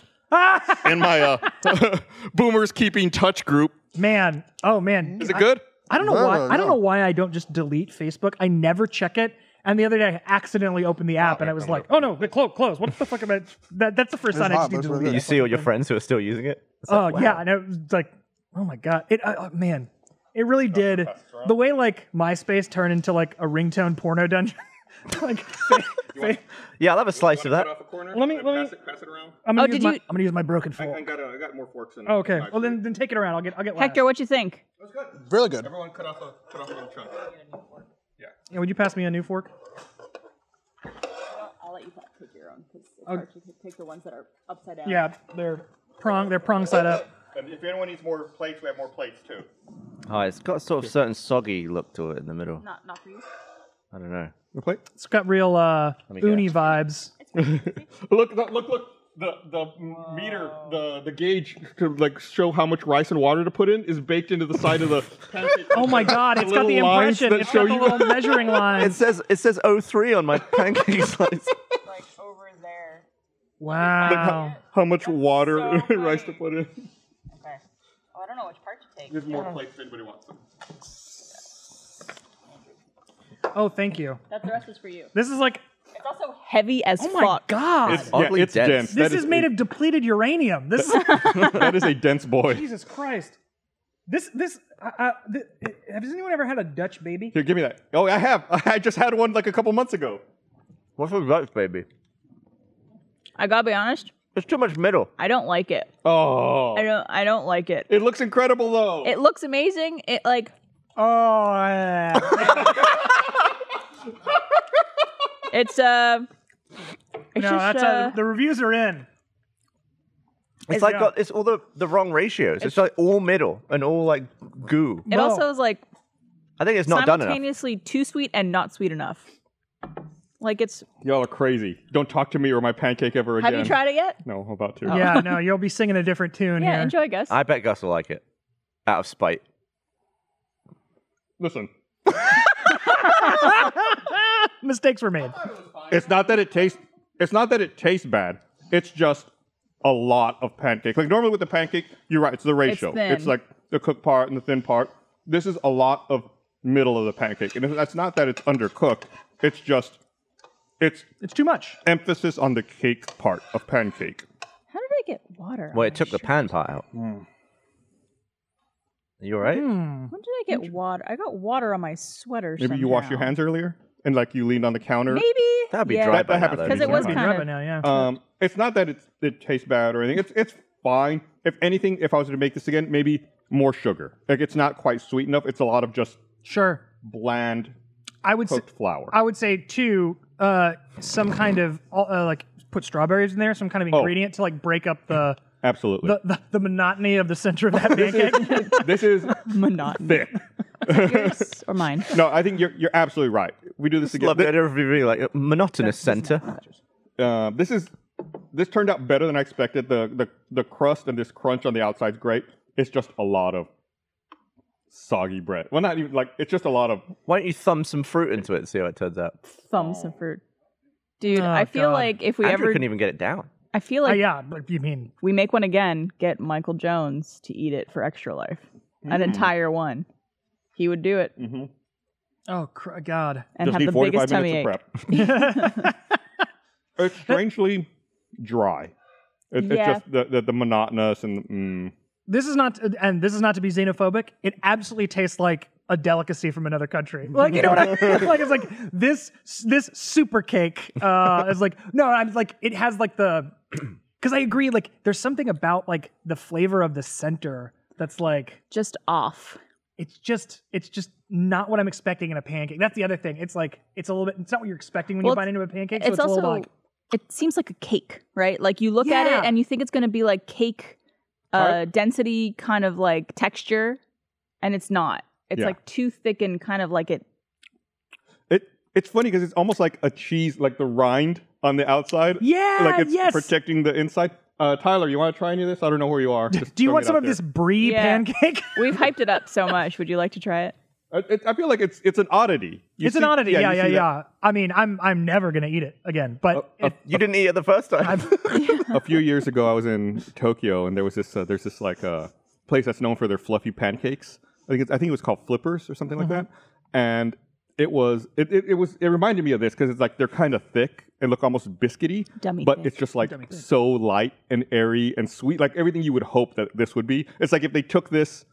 in my uh, (laughs) Boomers Keeping Touch group. man. Oh man. Is it good? I don't know No, why. no, I don't no. know why I don't just delete Facebook. I never check it. And the other day, I accidentally opened the app, and I was like, "Oh no, close, close." What the fuck (laughs) am I? That, that's the first sign I hot, just need that's to really delete. good. You see all your friends who are still using it? It's Oh like, wow. yeah, and it was like, oh my god, it uh, oh, man, it really did. The way like MySpace turned into like a ringtone porno dungeon. (laughs) (laughs) like, fa- fa- Yeah, I'll have a slice of that. Let me- let me- Pass it, pass it around. I'm gonna Oh, use did my you- I'm gonna use my broken fork. got, uh, I got more forks in. Oh, okay, well then then take it around. I'll get I'll get last. Hector, what you think? Really good. Everyone cut off a, cut off a little chunk. Yeah, would you pass me a new fork? I'll let you pick your own because it's hard to pick the ones that are upside down. Yeah, they're prong they're prong side up. And if anyone needs more plates, we have more plates too. Oh, it's got a sort of certain soggy look to it in the middle. Not, not for you. I don't know. It's got real uh, uni vibes. Look, look, look, look. The the m- meter, the the gauge to like show how much rice and water to put in is baked into the side of the pancake. Oh my god, it's got the little lines impression. that It's show got the you- little measuring (laughs) It line. says it says 03 on my (laughs) pancake slice. Like over there. Wow. (laughs) How much water so and funny. (laughs) rice to put in? Okay. Well, I don't know which part to take. There's more plates if anybody wants them. Oh, thank you. That the rest is for you. This is like It's also Heavy as oh my fuck. god. It's, yeah, oddly it's dense. dense. this is, made of depleted uranium. This is of. (laughs) that is a dense boy. (laughs) Jesus Christ. This this uh, uh, th- has anyone ever had a Dutch baby? Here, give me that. Oh, I have. (laughs) I just had one like a couple months ago. What's with rice, baby? I gotta be honest. There's too much middle. I don't like it. Oh, I don't. I don't like it. it looks incredible though. It looks amazing. It like (laughs) Oh, uh, it's uh. It's no, just, that's uh, uh, the reviews are in. It's, It's like not. got it's all the, the wrong ratios. It's, like all middle and all like goo. it also is like I think it's not done enough. simultaneously too sweet and not sweet enough. Like it's. Y'all are crazy. Don't talk to me or my pancake ever again. Have you tried Oh. it yet? No, I'm about to. Yeah, no, you'll be singing a different tune Yeah. here. Enjoy, Gus. I bet Gus will like it. Out of spite. Listen, Mistakes were made. It's not that it tastes. It's not that it tastes bad. It's just a lot of pancake. Like normally with the pancake, you're right. It's the ratio. thin. like the cooked part and the thin part. This is a lot of middle of the pancake, and that's not that it's undercooked. It's just it's It's too much. emphasis on the cake part of pancake. How did I get water? Well, on it my took the shirt? pan part out. Hmm. You alright? When did I get water? I got water on my sweater. Maybe you washed your somehow. hands earlier and like you leaned on the counter. Maybe. That'd be yeah. dry That- by that now, happens though. to me Because it was Be kind dry by of- now, yeah. Um, it's not that it's, it tastes bad or anything. It's it's fine. If anything, if I was to make this again, maybe more sugar. Like it's not quite sweet enough. It's a lot of just sure. bland I would say, cooked flour. I would say two uh, some kind of uh, like put strawberries in there, some kind of ingredient to like break up the Absolutely. the, the, the monotony of the center of that (laughs) pancake. this is (laughs) Monotony. (laughs) thick. Yours or mine? No, I think you're you're absolutely right. We do this again. Love that it'll be really like a monotonous center. Uh, this is this turned out better than I expected. The the the crust and this crunch on the outside's great. It's just a lot of soggy bread. Well, not even like it's just a lot of Why don't you thumb some fruit into it and see how it turns out? Thumbs and fruit. Dude, Oh, I feel God. like if we Andrew ever, couldn't even get it down. I feel oh like yeah, but you mean we make one again. Get Michael Jones to eat it for extra life, Mm. an entire one. He would do it oh cr- god. and just have need the 45 biggest minutes tummy of (laughs) ache. prep. it's strangely dry. It, Yeah. It's just the, the, the monotonous and mm, This is not, and this is not to be xenophobic. It absolutely tastes like a delicacy from another country. Like you know what I (laughs) like? It's like this this super cake uh, is like no. I'm like it has like the (clears throat) because I agree. Like there's something about like the flavor of the center that's like Just off. it's just it's just not what I'm expecting in a pancake. That's the other thing. It's like it's a little bit. It's not what you're expecting when Well, you bite into a pancake. So it's, it's, a also little bit like it seems like a cake, right? Like you look at Yeah. it and you think it's going to be like cake uh, density, kind of like texture, and it's not. It's Yeah. like too thick and kind of like it. it. It's funny because it's almost like a cheese, like the rind on the outside. yeah. like it's yes. protecting the inside. Uh, Tyler, you want to try any of this? I don't know where you are. Just Do you throwing want it some out of there. this brie Yeah. pancake? We've hyped it up so much. Would you like to try it? I, it, I feel like it's it's an oddity. You (laughs) it's an see- oddity. Yeah, you yeah, yeah. see that I mean, I'm I'm never gonna eat it again. But it- Oh, You didn't eat it the first (laughs) time. a few years ago, I was in Tokyo, and there was this. Uh, there's this like uh, place that's known for their fluffy pancakes. I think it's, I think it was called Flippers or something like that. Mm-hmm. And it was it, it, it was it reminded me of this because it's like they're kind of thick and look almost biscuity, Dummy but thick. it's just like so light and airy and sweet, like everything you would hope that this would be. It's like if they took this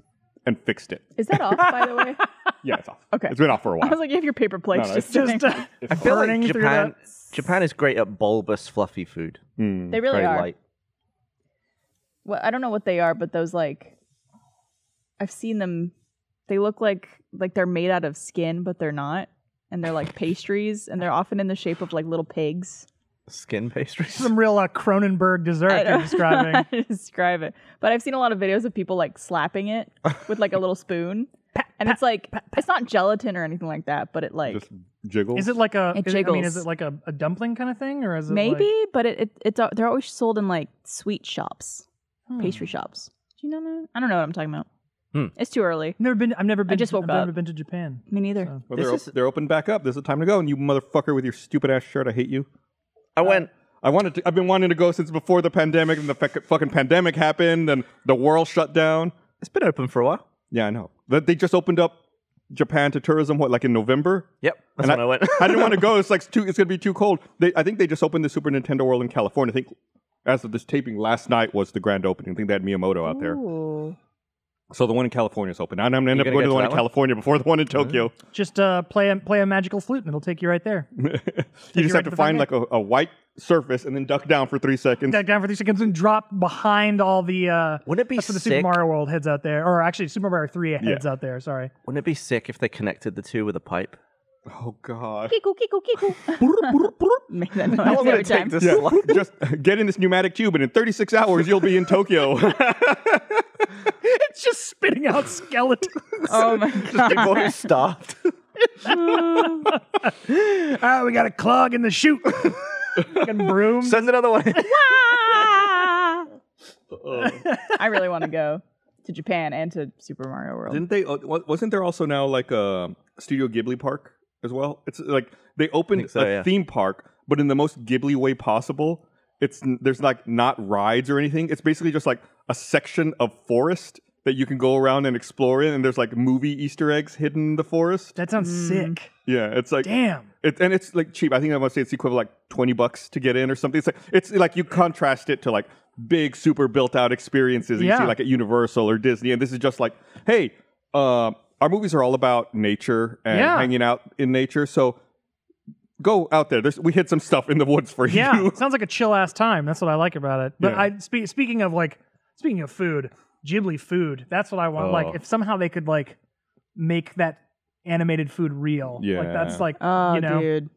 and fixed it. Is that off, by the way? Yeah, it's off. Okay. it's been off for a while. (laughs) I was like, you have your paper plates No, no, just, it's- just sitting- uh, I feel like burning through Japan. that. Japan is great at bulbous, fluffy food. (laughs) Mm. They really Very are. light. Well, I don't know what they are, but those like I've seen them. They look like like they're made out of skin, but they're not. And they're like pastries, and they're often in the shape of like little pigs. Skin pastries. some real uh, Cronenberg I dessert don't (laughs) you're know how describing. to describe it. But I've seen a lot of videos of people like slapping it with like a little spoon. And it's like it's not gelatin or anything like that, but it like just jiggles. Is it like a? It is I mean, jiggles. is it like a, a dumpling kind of thing, or is it maybe, like- but it, it it's al- they're always sold in like sweet shops, pastry shops. Do you know that? I don't know what I'm talking about. Hmm. It's too early. Never been. I've never been. just to, woke I've up. never been to Japan. Me neither. So- Well, This they're, is- they're open back up. This is the time to go, and you motherfucker with your stupid ass shirt. I hate you. I went. I wanted to. I've been wanting to go since before the pandemic, and the fuck- fucking pandemic happened, and the world shut down. It's been open for a while. Yeah, I know. But They just opened up Japan to tourism. What, like in November? Yep. That's And when I, went. (laughs) I didn't want to go. It's like too. It's gonna be too cold. They, I think they just opened the Super Nintendo World in California. I think as of this taping last night was the grand opening. I think they had Miyamoto out Oh. there. Ooh. So the one in California is open. And I'm gonna end up gonna going to go the to one in that one? California before the one in Tokyo. Just uh, play a, play a magical flute, and it'll take you right there. you you just have right to to the find like fucking- a, a white surface and then duck down for three seconds. Duck down for three seconds and drop behind all the. Uh, Wouldn't it be that's where the sick? Super Mario World heads out there, or actually Super Mario Three heads out there. Sorry. Wouldn't it be sick if they connected the two with a (laughs) pipe? Oh god. Kiku, kiku, kiku. Make that noise How long would every it take time. to (laughs) Yeah, slide? just get in this pneumatic tube, and in 36 hours, you'll be in (laughs) Tokyo. It's just spitting (laughs) out skeletons. Oh my Just (laughs) people who starved. Ah, we got a clog in the chute. Fucking broom. Send another one. (laughs) Ah! I really want to go to Japan and to Super Mario World. Didn't they? uh, wa- Wasn't there also now like a Studio Ghibli park as well? It's like they opened think so, a yeah. theme park, but in the most Ghibli way possible. It's n- there's like not rides or anything. It's basically just like a section of forest that you can go around and explore in, and there's like movie Easter eggs hidden in the forest. that sounds Hmm. sick. Yeah, it's like Damn. It, and it's like cheap. I think I must say it's equivalent like twenty bucks to get in or something. It's like it's like you contrast it to like big, super built out experiences that you Yeah. see like at Universal or Disney, and this is just like, hey, uh, our movies are all about nature and Yeah. hanging out in nature. So go out there. There's, we hid some stuff in the woods for Yeah, you. it sounds like a chill ass time. That's what I like about it. But Yeah. I spe- speaking of like speaking of food, Ghibli food. That's what I want. Oh. Like if somehow they could like make that animated food real. like that's Yeah. like Oh, you know, dude.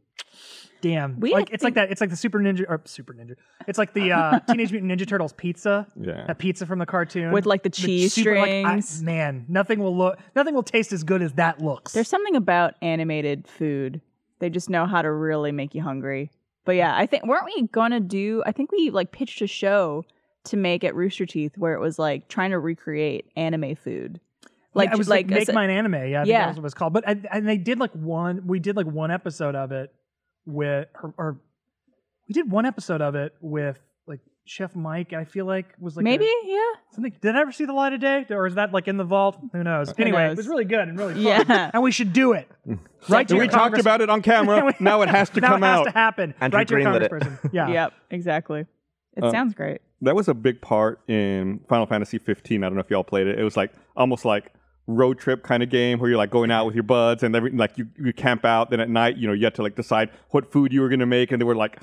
damn. We like had it's like that. It's like the Super Ninja or Super Ninja. It's like (laughs) the uh, Teenage Mutant Ninja Turtles pizza. Yeah. that pizza from the cartoon With, like, the cheese like, I- strings. man, nothing will look. Nothing will taste as good as that looks. There's something about animated food. They just know how to really make you hungry. But yeah, I think weren't we gonna do I think we like pitched a show to make at Rooster Teeth where it was like trying to recreate anime food. Like yeah, it was like, like, as make a- mine anime. Yeah, I think Yeah. that was what it was called. But I, and they did like one. We did like one episode of it with, or, or we did one episode of it with like Chef Mike. I feel like was like a- Maybe, yeah. something. Did I ever see the light of day, or is that like in the vault? Who knows? anyway, knows? it was really good and really fun. Yeah. (laughs) and we should do it. Hmm. right? To we talked about it on (laughs) camera. now it has to now come it has out. to happen. Andrew right to your greenlit it. congressperson. Yeah. Yep, exactly. It Uh, sounds great. that was a big part in Final Fantasy 15. I don't know if y'all played it. It was like almost like road trip kind of game where you're like going out with your buds and everything. Like you, you camp out. Then at night, you know, you had to like decide what food you were gonna make, and there were like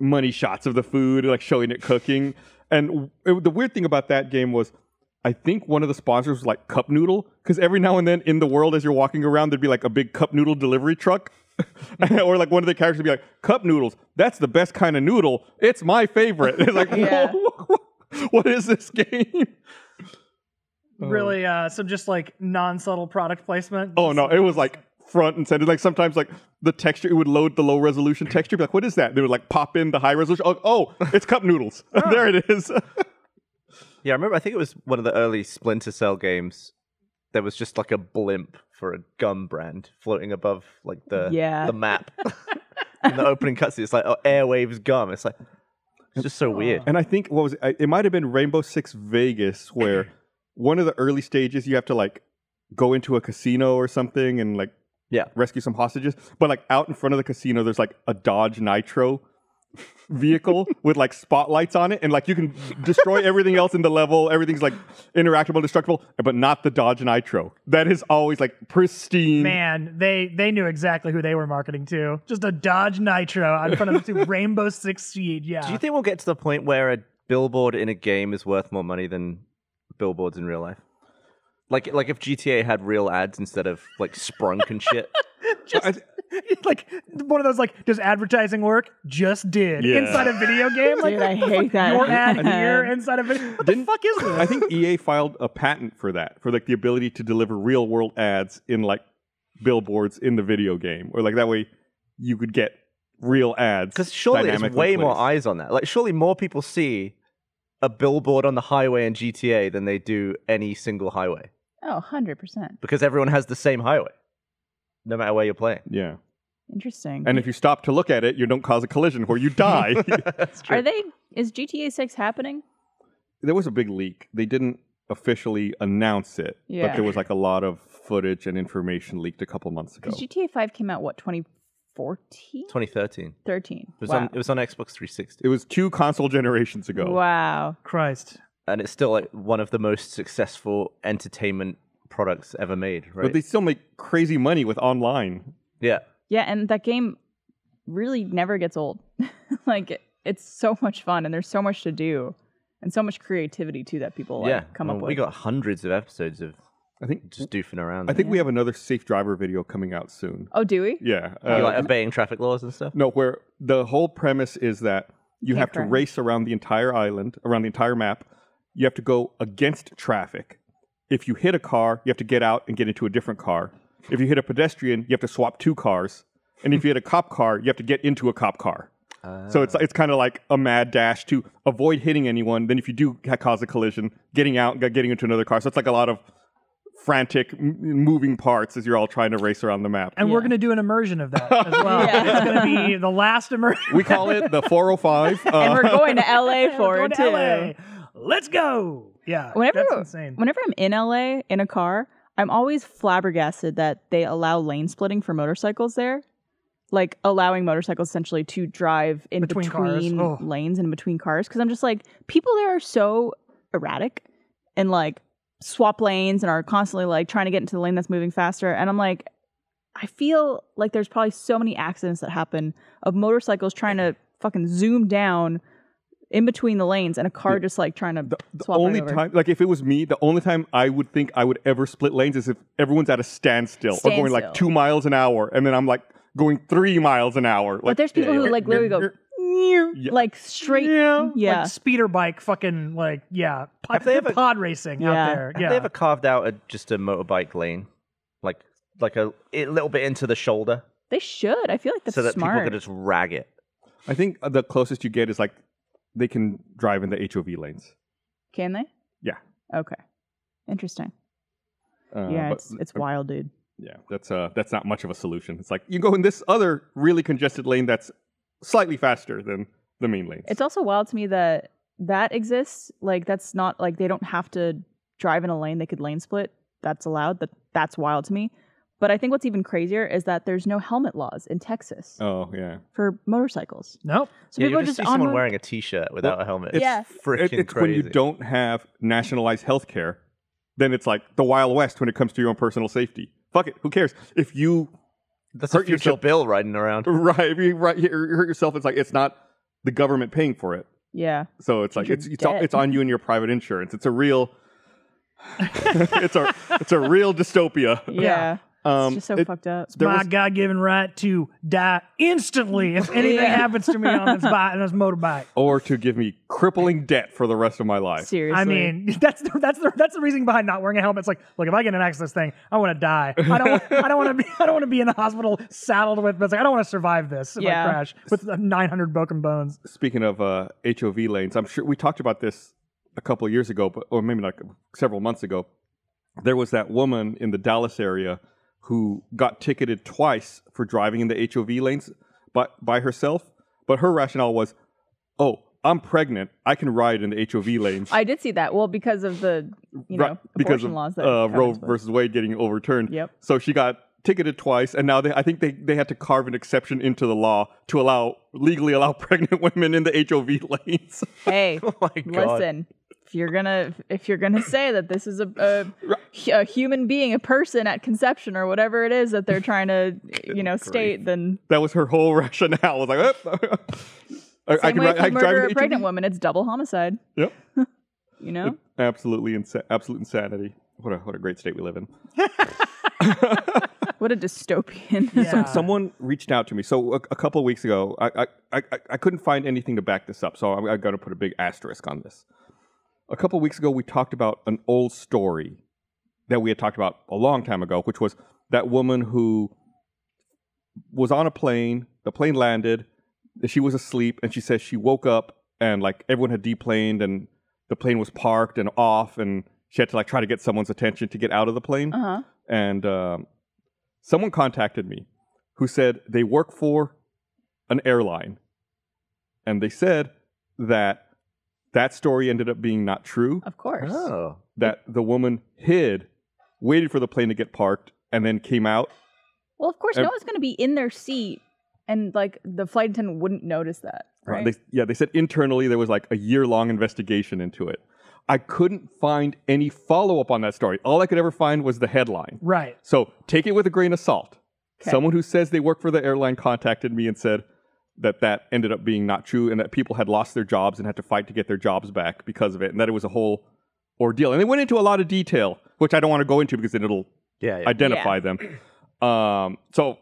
money shots of the food, like showing it cooking. And it, the weird thing about that game was. I think one of the sponsors was like Cup Noodle, because every now and then in the world, as you're walking around, there'd be like a big Cup Noodle delivery truck, (laughs) or like one of the characters would be like, "Cup Noodles, that's the best kind of noodle. It's my favorite." (laughs) It's like, Yeah. whoa, what is this game? (laughs) Oh. Really, uh, some just like non-subtle product placement. Oh no, it was like front and center. Like sometimes, like the texture, it would load the low resolution texture. Be like, what is that? They would like pop in the high resolution. Oh, oh it's cup noodles. (laughs) there it is. Yeah, I remember. I think it was one of the early Splinter Cell games. There was just like a blimp for a gum brand floating above like the Yeah. the map. In the opening cutscene, it's like oh, airwaves gum. It's like it's just so weird. And I think what was it? I- it might have been Rainbow Six Vegas where (clears throat) one of the early stages you have to like go into a casino or something and like Yeah. rescue some hostages. But like out in front of the casino there's like a Dodge Nitro (laughs) vehicle (laughs) with like spotlights on it and like you can destroy everything else in the level. Everything's like interactable, destructible, but not the Dodge Nitro. That is always like pristine. Man, they they knew exactly who they were marketing to. Just a Dodge Nitro out in front of the (laughs) two Rainbow Six Siege. Yeah. Do you think we'll get to the point where a billboard in a game is worth more money than billboards in real life? Like, like if GTA had real ads instead of like Sprunk and shit. (laughs) just, (laughs) like one of those like does advertising work? Just did Yeah. inside a (laughs) video game. Like Dude, I hate that. your ad here inside a video. What the Didn't- fuck is this? I think EA filed a patent for that, for like the ability to deliver real world ads in like billboards in the video game, or like that way you could get real ads. Because surely there's dynamically way more placed. eyes on that. Like, surely more people see a billboard on the highway in GTA than they do any single highway Oh, 100%. because everyone has the same highway, no matter where you're playing. Yeah, Interesting. and if you stop to look at it, you don't cause a collision where you die. Are they is GTA 6 happening? (laughs) there was a big leak. They didn't officially announce it, Yeah. but there was like a lot of footage and information leaked a couple months ago. Cuz GTA 5 came out what 2014? 2013. It 13. was, wow. on, it was on Xbox 360, it was two console generations ago. wow. Christ. and it's still like one of the most successful entertainment products ever made. Right? But they still make crazy money with online. yeah. Yeah, and that game really never gets old. (laughs) like it- it's so much fun and there's so much to do and so much creativity too that people like yeah, come well, up We with. got hundreds of episodes of I think. just doofing around. I think we have another safe driver video coming out soon. oh, do we? Yeah. you uh, like obeying traffic laws and stuff. No, where the whole premise is that you Can't have to cry. race around the entire island, around the entire map. You have to go against traffic. If you hit a car, you have to get out and get into a different car. If you hit a pedestrian, you have to swap two cars. And if you hit a cop car, you have to get into a cop car. So it's it's kind of like a mad dash to avoid hitting anyone. Then if you do ca- cause a collision, getting out, and getting into another car. So it's like a lot of frantic m- moving parts as you're all trying to race around the map. And we're gonna do an immersion of that (laughs) as well. Yeah. It's gonna be the (laughs) last immersion. we call it the 405. Uh, (laughs) And we're going to (laughs) LA for We're it going too. to LA. Let's go. Yeah. Whenever that's insane. Whenever I'm in LA in a car, I'm always flabbergasted that they allow lane splitting for motorcycles there. Like allowing motorcycles essentially to drive in Between between, cars. Oh. lanes and in between cars. Cause I'm just like, people there are so erratic and like swap lanes and are constantly like trying to get into the lane that's moving faster. And I'm like, I feel like there's probably so many accidents that happen of motorcycles trying to fucking zoom down in between the lanes and a car just like trying to The swap right only over. time, like if it was me, the only time I would think I would ever split lanes is if everyone's at a standstill or going like Standstill. two miles an hour, and then I'm like going three miles an hour. Like, but there's people who like literally go Yeah. like straight. yeah, Yeah. Like speeder bike, fucking like yeah, pod, Have they ever- pod racing out Yeah. there. Have Yeah, they ever carved out a, just a motorbike lane, like like a, a little bit into the shoulder, They should. I feel like that's so that people smart. could just rag it? I think uh, the closest you get is like they can drive in the HOV lanes. Can they? Yeah. Okay. Interesting. Uh, yeah, but- it's it's wild, dude. yeah. That's uh, that's not much of a solution. It's like you go in this other really congested lane that's slightly faster than the main lanes. It's also wild to me that that exists. Like that's not like they don't have to drive in a lane. They could lane split. That's allowed. That that's wild to me. But I think what's even crazier is that there's no helmet laws in Texas Oh yeah. for motorcycles. Nope. So Yeah, people you are just just see on someone mo- wearing a T-shirt without a helmet. It's Yeah. (laughs) freaking It- it's when crazy. you don't have nationalized health care, then it's like the Wild West when it comes to your own personal safety. Fuck it, who cares? If you (laughs) That's hurt a future yourself- Bill riding around. (laughs) Oh right, if you right you hurt yourself, it's like it's not the government paying for it. Yeah. So it's like You're it's it's, all, dead. it's on you and your private insurance. It's a (laughs) real (laughs) it's a it's a real dystopia. Yeah. Um, it's just so it- fucked up. there my was- God-given right to die instantly if anything Yeah. happens to me on this bike, on this motorbike. or to give me crippling debt for the rest of my life. Seriously. I mean, (laughs) that's the, that's the, that's the reason behind not wearing a helmet. It's like, look, if I get in an accident, thing, I want to die. I don't want, I don't want to be I don't want to be in the hospital saddled with. It's like I don't want to survive this if Yeah. I crash with 900 broken bones. Speaking of uh, HOV lanes, I'm sure we talked about this a couple of years ago, but or maybe like several months ago. There was that woman in the Dallas area who got ticketed twice for driving in the HOV lanes by, by herself. But her rationale was, "Oh, I'm pregnant. I can ride in the HOV lanes." I did see that. Well, because of the you know Right, because abortion of laws that uh, Roe governs- versus Wade getting overturned. Yep. So she got ticketed twice, and now they, I think they, they had to carve an exception into the law to allow legally allow (laughs) pregnant women in the HOV lanes. (laughs) Hey, Oh my God. listen. If you're gonna if you're gonna say that this is a, (laughs) a a human being, a person at conception or whatever it is that they're (laughs) trying to you know state, then that was her whole (laughs) rationale. I was like, "Yep." (laughs) I, I same way ri- if you drive in murder the a HOV. pregnant woman, it's double homicide. Yep. You know. Absolutely insa- absolute insanity. What a what a great state we live in. What (laughs) a dystopian. (laughs) Yeah. Someone reached out to me. So a, a couple of weeks ago, I, I, I, I couldn't find anything to back this up. So I'm, I'm going to put a big asterisk on this. A couple of weeks ago, we talked about an old story that we had talked about a long time ago, which was that woman who was on a plane. The plane landed. She was asleep, and she says she woke up and like everyone had deplaned, and the plane was parked and off, and she had to like try to get someone's attention to get out of the plane Uh huh. and um, someone contacted me who said they work for an airline and they said that that story ended up being not true Of course. Oh, that the woman hid waited for the plane to get parked and then came out Well, of course, Ev- no one's gonna be in their seat, and like the flight attendant wouldn't notice that. Right. Uh, They, yeah they said internally there was like a year long investigation into it i couldn't find any follow up on that story all i could ever find was the headline Right. So take it with a grain of salt. Okay. Someone who says they work for the airline contacted me and said that that ended up being not true and that people had lost their jobs and had to fight to get their jobs back because of it and that it was a whole ordeal. And they went into a lot of detail, which I don't want to go into because then it'll yeah, yeah. identify them. Um, so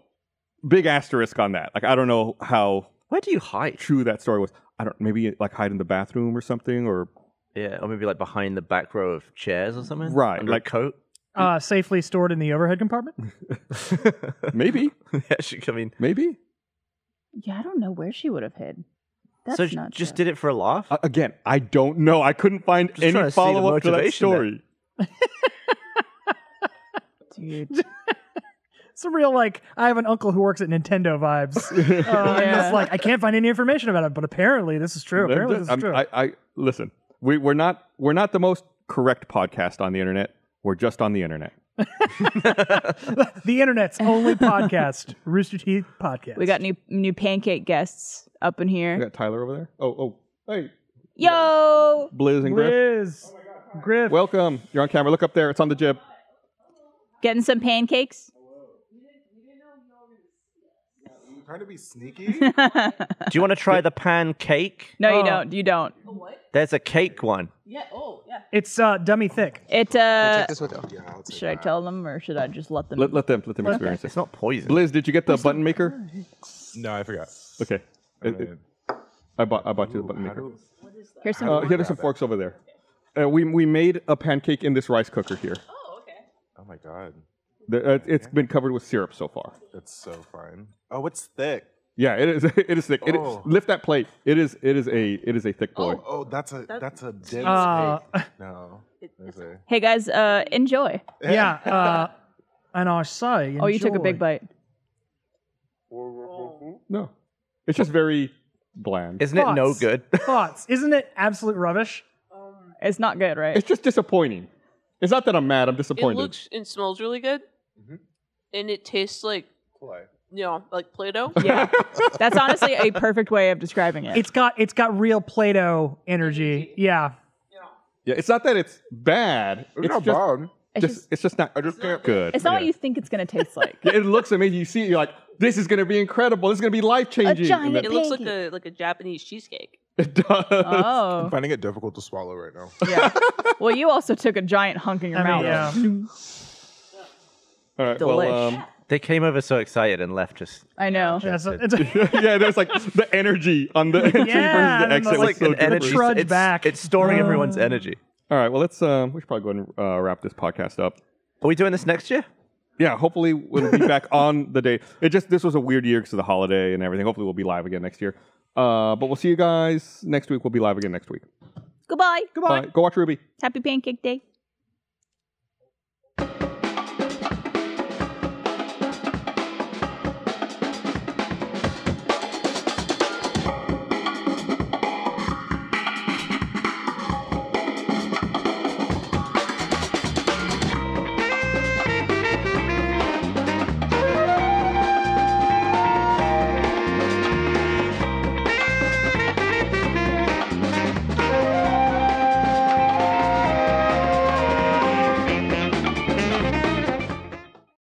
big asterisk on that. Like I don't know how Where do you hide? true that story was. I don't maybe like hide in the bathroom or something or Yeah, or maybe like behind the back row of chairs or something. Right, under like- a coat. (laughs) Uh, safely stored in the overhead compartment. maybe, yeah, she, I mean, (laughs) maybe. Yeah, I don't know where she would have hid. That's so she not just true. did it for a laugh. Uh, again, I don't know. I couldn't find Just trying any to see the follow up to that motivation there. story. (laughs) dude. Some real like I have an uncle who works at Nintendo vibes. Uh, and Yeah. it's like I can't find any information about it, but apparently this is true. That- Apparently that- this is I'm- true. I, I listen. We, we're not we're not the most correct podcast on the internet. We're just on the internet. the internet's (laughs) only podcast, Rooster Teeth podcast. We got new new pancake guests up in We here. got Tyler over there. Oh oh hey Yo, Blizz and Griff, Liz, Griff. welcome. You're on camera. Look up there. It's on the jib. getting some pancakes. Trying to be sneaky. do you want to try the pancake? No, Oh. you don't. You don't. There's a cake one. Yeah. Oh, yeah. it's uh, dummy thick. It. uh Check this window. Should I tell them or should I just let them? Let, let them let them experience it. It's not poison. Blizz, did you get the button maker? No, I forgot. Okay, It- it- I bought I bought you the button maker. Here's some. Uh, here, there's some forks over there. Uh, we we made a pancake in this rice cooker here. Oh, okay. Oh my god, The- uh, it's been covered with syrup so far. that's so fine. Oh, it's thick. Yeah, it is. (laughs) It is thick. It is- Oh. lift that plate. It is. It is a. It is a thick boy. Oh, that's a that's a dense Uh, (laughs) cake. No, there's a- hey guys, uh, enjoy. Yeah. Uh, and I say, Oh, you took a enjoy. big bite. No. It's just very bland. Isn't it no Thoughts? good? (laughs) Thoughts? Isn't it absolute rubbish? It's not good, right? It's just disappointing. It's not that I'm mad. I'm It disappointed. (laughs) looks and smells really good, and it tastes like you know, like Play-Doh. yeah. That's honestly a perfect way of describing it. It's got it's got real Play-Doh energy. Yeah. yeah, it's not that it's bad. It's, not just, bad. It's just- just- it's just not. I just can't. Good. it's not what Yeah. you think it's going to taste like. Yeah, it looks amazing. You see, it, you're like, this is going to be incredible. This is going to be life changing. giant It looks like a like a Japanese cheesecake. (laughs) It does. I'm Oh. finding it difficult to swallow right now. Yeah, Well, you also took a giant hunk in your I mean, mouth. yeah. All right, well, Delish. um, (laughs) They came over so excited and left just I know. Yeah, so it's a- yeah, there's like the energy on (laughs) the entry Yeah, versus and the then exit. the, was like, so an different. energy trudge it's, back. It's storing Oh. everyone's energy. All right, well, let's. Um, we should probably go ahead and uh, wrap this podcast up. Are we doing this next year? Yeah, hopefully we'll be back on the day. It just this was a weird year because of the holiday and everything. Hopefully we'll be live again next year. Uh, but we'll see you guys next week. We'll be live again next week. Goodbye. Bye. Go watch Ruby. Happy Pancake Day.